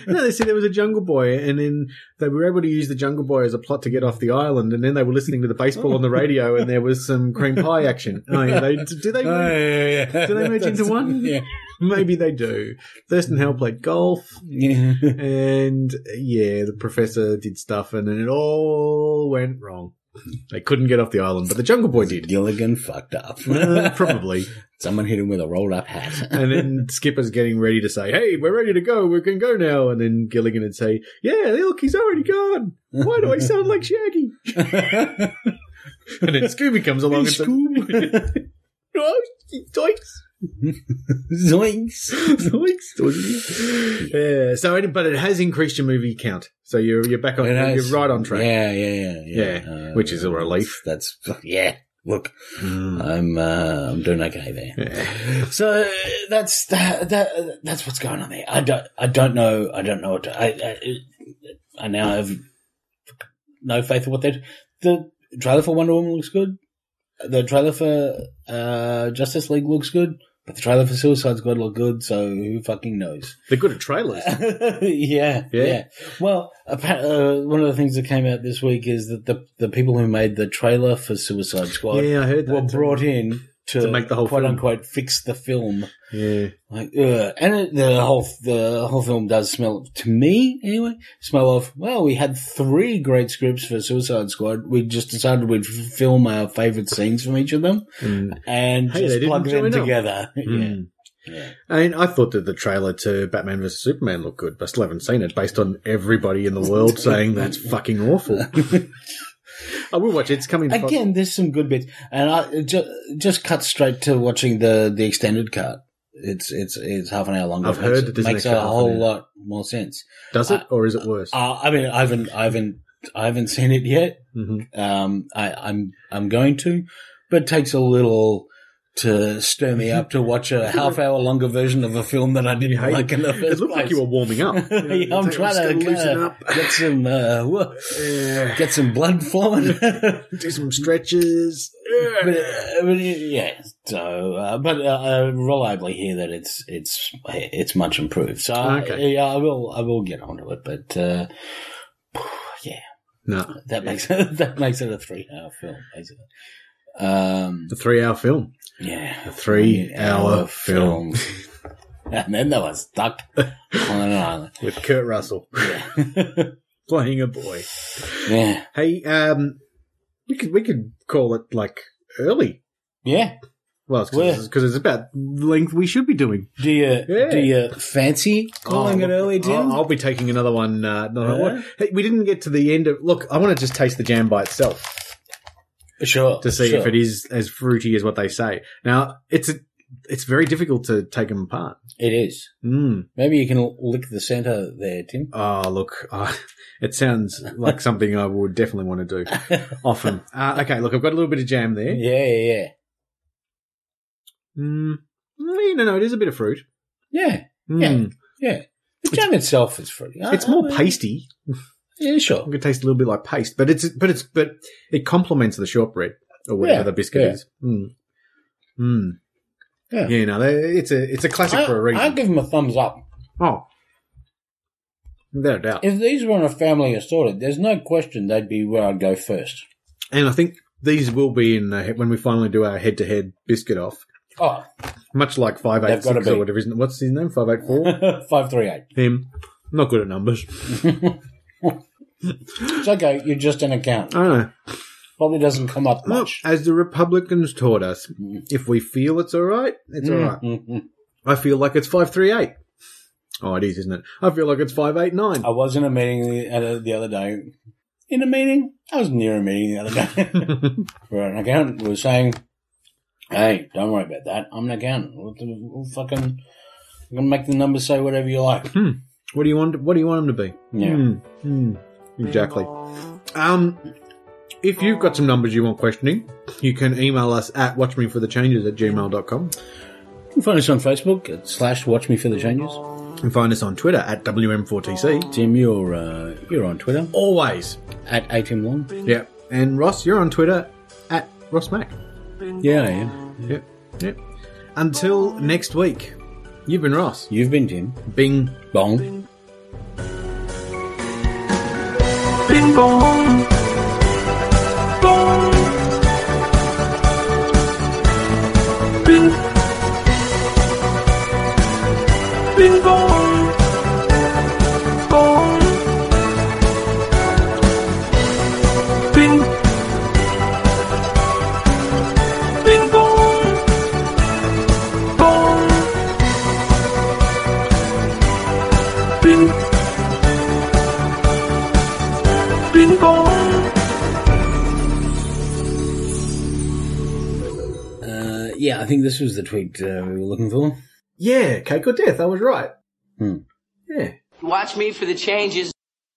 S1: no, they said there was a Jungle Boy, and then they were able to use the Jungle Boy as a plot to get off the island. And then they were listening to the baseball on the radio, and there was some cream pie action. Oh, yeah, they, do they?
S2: Oh, yeah, yeah, yeah.
S1: Do they merge into
S2: That's-
S1: one?
S2: Yeah.
S1: Maybe they do. Thurston Howell played golf.
S2: yeah.
S1: and yeah, the professor did stuff, and then it all went wrong. They couldn't get off the island, but the Jungle Boy did.
S2: Gilligan fucked up.
S1: Uh, probably.
S2: Someone hit him with a rolled up hat.
S1: And then Skipper's getting ready to say, Hey, we're ready to go. We can go now. And then Gilligan would say, Yeah, look, he's already gone. Why do I sound like Shaggy? And then Scooby comes along and says, "Oh, Doinks.
S2: Zoinks.
S1: Doinks, doinks." Yeah, so, it- but it has increased your movie count. So you're, you're back on,
S2: It has-
S1: you're right on track.
S2: Yeah, yeah, yeah, yeah.
S1: Yeah, which is a relief.
S2: That's yeah. Look,
S1: Mm.
S2: I'm uh, I'm doing okay there.
S1: Yeah.
S2: So uh, that's that, that that's what's going on there. I don't I don't know I don't know what to, I, I I now have no faith in what they the trailer for Wonder Woman looks good. The trailer for uh, Justice League looks good, but the trailer for Suicide Squad looked good. So who fucking knows?
S1: They're good at trailers.
S2: yeah,
S1: Yeah.
S2: yeah, Well, appa- uh, one of the things that came out this week is that the the people who made the trailer for Suicide Squad
S1: yeah, I heard that.
S2: were brought in to,
S1: To make the whole
S2: quote
S1: film.
S2: unquote fix the film.
S1: Yeah.
S2: Like, ugh. and it, the whole the whole film does smell to me anyway. Smell of well, we had three great scripts for Suicide Squad. We just decided we'd f- film our favorite scenes from each of them and
S1: Hey, they
S2: just
S1: didn't
S2: plug them
S1: join up.
S2: together.
S1: Mm.
S2: Yeah. yeah.
S1: And I thought that the trailer to Batman vs Superman looked good, but I still haven't seen it. Based on everybody in the world saying that's fucking awful. I will watch it. It's coming fo-
S2: Again, there's some good bits, and I just just cut straight to watching the the extended cut. It's it's it's half an hour longer.
S1: I've
S2: It
S1: heard
S2: makes-
S1: it is an
S2: makes
S1: extra
S2: a
S1: half an
S2: whole
S1: hour.
S2: lot more sense.
S1: Does it, or is it worse?
S2: Uh, I mean, I haven't I haven't I haven't seen it yet.
S1: Mhm.
S2: Um, I, I'm I'm going to, but it takes a little to stir me up to watch a half hour longer version of a film that I didn't
S1: hate
S2: like in the first
S1: It looked like
S2: place.
S1: you were warming up.
S2: Yeah, I'm
S1: It's like,
S2: trying to
S1: just gonna loosen
S2: kinda
S1: up.
S2: get some uh, whoa,
S1: Yeah.
S2: get some blood flowing.
S1: Do some stretches.
S2: but, uh, but, uh, yeah, so uh, but uh, I reliably hear that it's it's it's much improved. So I-
S1: Okay.
S2: yeah, I will I will get onto it, but uh, yeah,
S1: No,
S2: that makes it, that makes it a three hour film basically. Um,
S1: the three-hour film.
S2: yeah,
S1: A three-hour
S2: three-hour
S1: film
S2: and then they were stuck on an island.
S1: with Kurt Russell
S2: Yeah,
S1: playing a boy.
S2: yeah,
S1: Hey, um, we could we could call it like early.
S2: yeah.
S1: Well,
S2: Where?
S1: because it's, 'cause it's about length we should be doing.
S2: Do you
S1: Yeah.
S2: do you fancy calling
S1: Oh,
S2: it early, Tim?
S1: I'll, I'll be taking another one. Uh, another
S2: Yeah.
S1: one. Hey, we didn't get to the end of. Look, I want to just taste the jam by itself
S2: sure,
S1: to see
S2: sure.
S1: if it is as fruity as what they say. Now, it's a, it's very difficult to take them apart.
S2: It is.
S1: Mm.
S2: Maybe you can l- lick the center there, Tim.
S1: Oh, look, uh, it sounds like something I would definitely want to do
S2: yeah,
S1: often. Uh, okay, look, I've got a little bit of jam there.
S2: yeah, yeah.
S1: Mm. No, no, no, it is a bit of fruit.
S2: Yeah, Uh,
S1: Mm.
S2: yeah. The jam itself is fruity.
S1: It's more pasty.
S2: Yeah,
S1: I
S2: sure.
S1: can taste a little bit like paste, but it's but it's but it complements the shortbread or whatever
S2: Yeah,
S1: the biscuit
S2: yeah.
S1: is. Mm. Mm.
S2: Yeah.
S1: Yeah, no, they- it's a it's a classic
S2: I,
S1: for a
S2: I
S1: reason.
S2: give them a thumbs up.
S1: oh, without a doubt.
S2: If these were in a family assorted, there's no question they'd be where I'd go first.
S1: And I think these will be in the, when we finally do our head to head biscuit off,
S2: Oh,
S1: much like five eight
S2: They've gotta
S1: six or
S2: be.
S1: whatever. Isn't it? what's his name? Five eight four.
S2: five, three, eight.
S1: Him. Not good at numbers.
S2: It's okay. You're just an
S1: I
S2: account.
S1: don't know.
S2: Probably doesn't come up
S1: Look,
S2: much. Mm.
S1: as the Republicans taught us, if we feel it's all right, it's all right.
S2: Mm-mm.
S1: I feel like it's 538. Oh, it is, isn't it? I feel like it's 589.
S2: I was in a meeting the, uh, the other day. In a meeting? I was near a meeting the other day. for an accountant was saying, "Hey, don't worry about that. I'm an accountant. We'll, we'll fucking we can make the numbers say whatever you like."
S1: What do you want? What do you want them to be?
S2: Yeah.
S1: Hmm, hmm, exactly. Um, if you've got some numbers you want questioning, you can email us at watchmeforthechanges at gmail.com
S2: You can find us on Facebook at slash Watch Me for the Changes.
S1: and find us on Twitter at WM4TC.
S2: Tim, you're uh, you're on Twitter
S1: Always.
S2: at A Tim Long.
S1: Yep. And Ross, you're on Twitter at Ross Mac.
S2: Mm-hmm. Yeah, I am.
S1: Yep. Yep. Until next week, you've been Ross.
S2: You've been Tim
S1: Bing.
S2: Bong.
S3: Bing bong. Bong. Bing. Bing bong. Bong. Bing. Bing bong. Bong. Bing. Bing bong.
S2: Uh, yeah, I think this was the tweet uh, we were looking for.
S1: Yeah, cake or death. I was right.
S2: Hmm.
S1: Yeah.
S4: Watch me for the changes.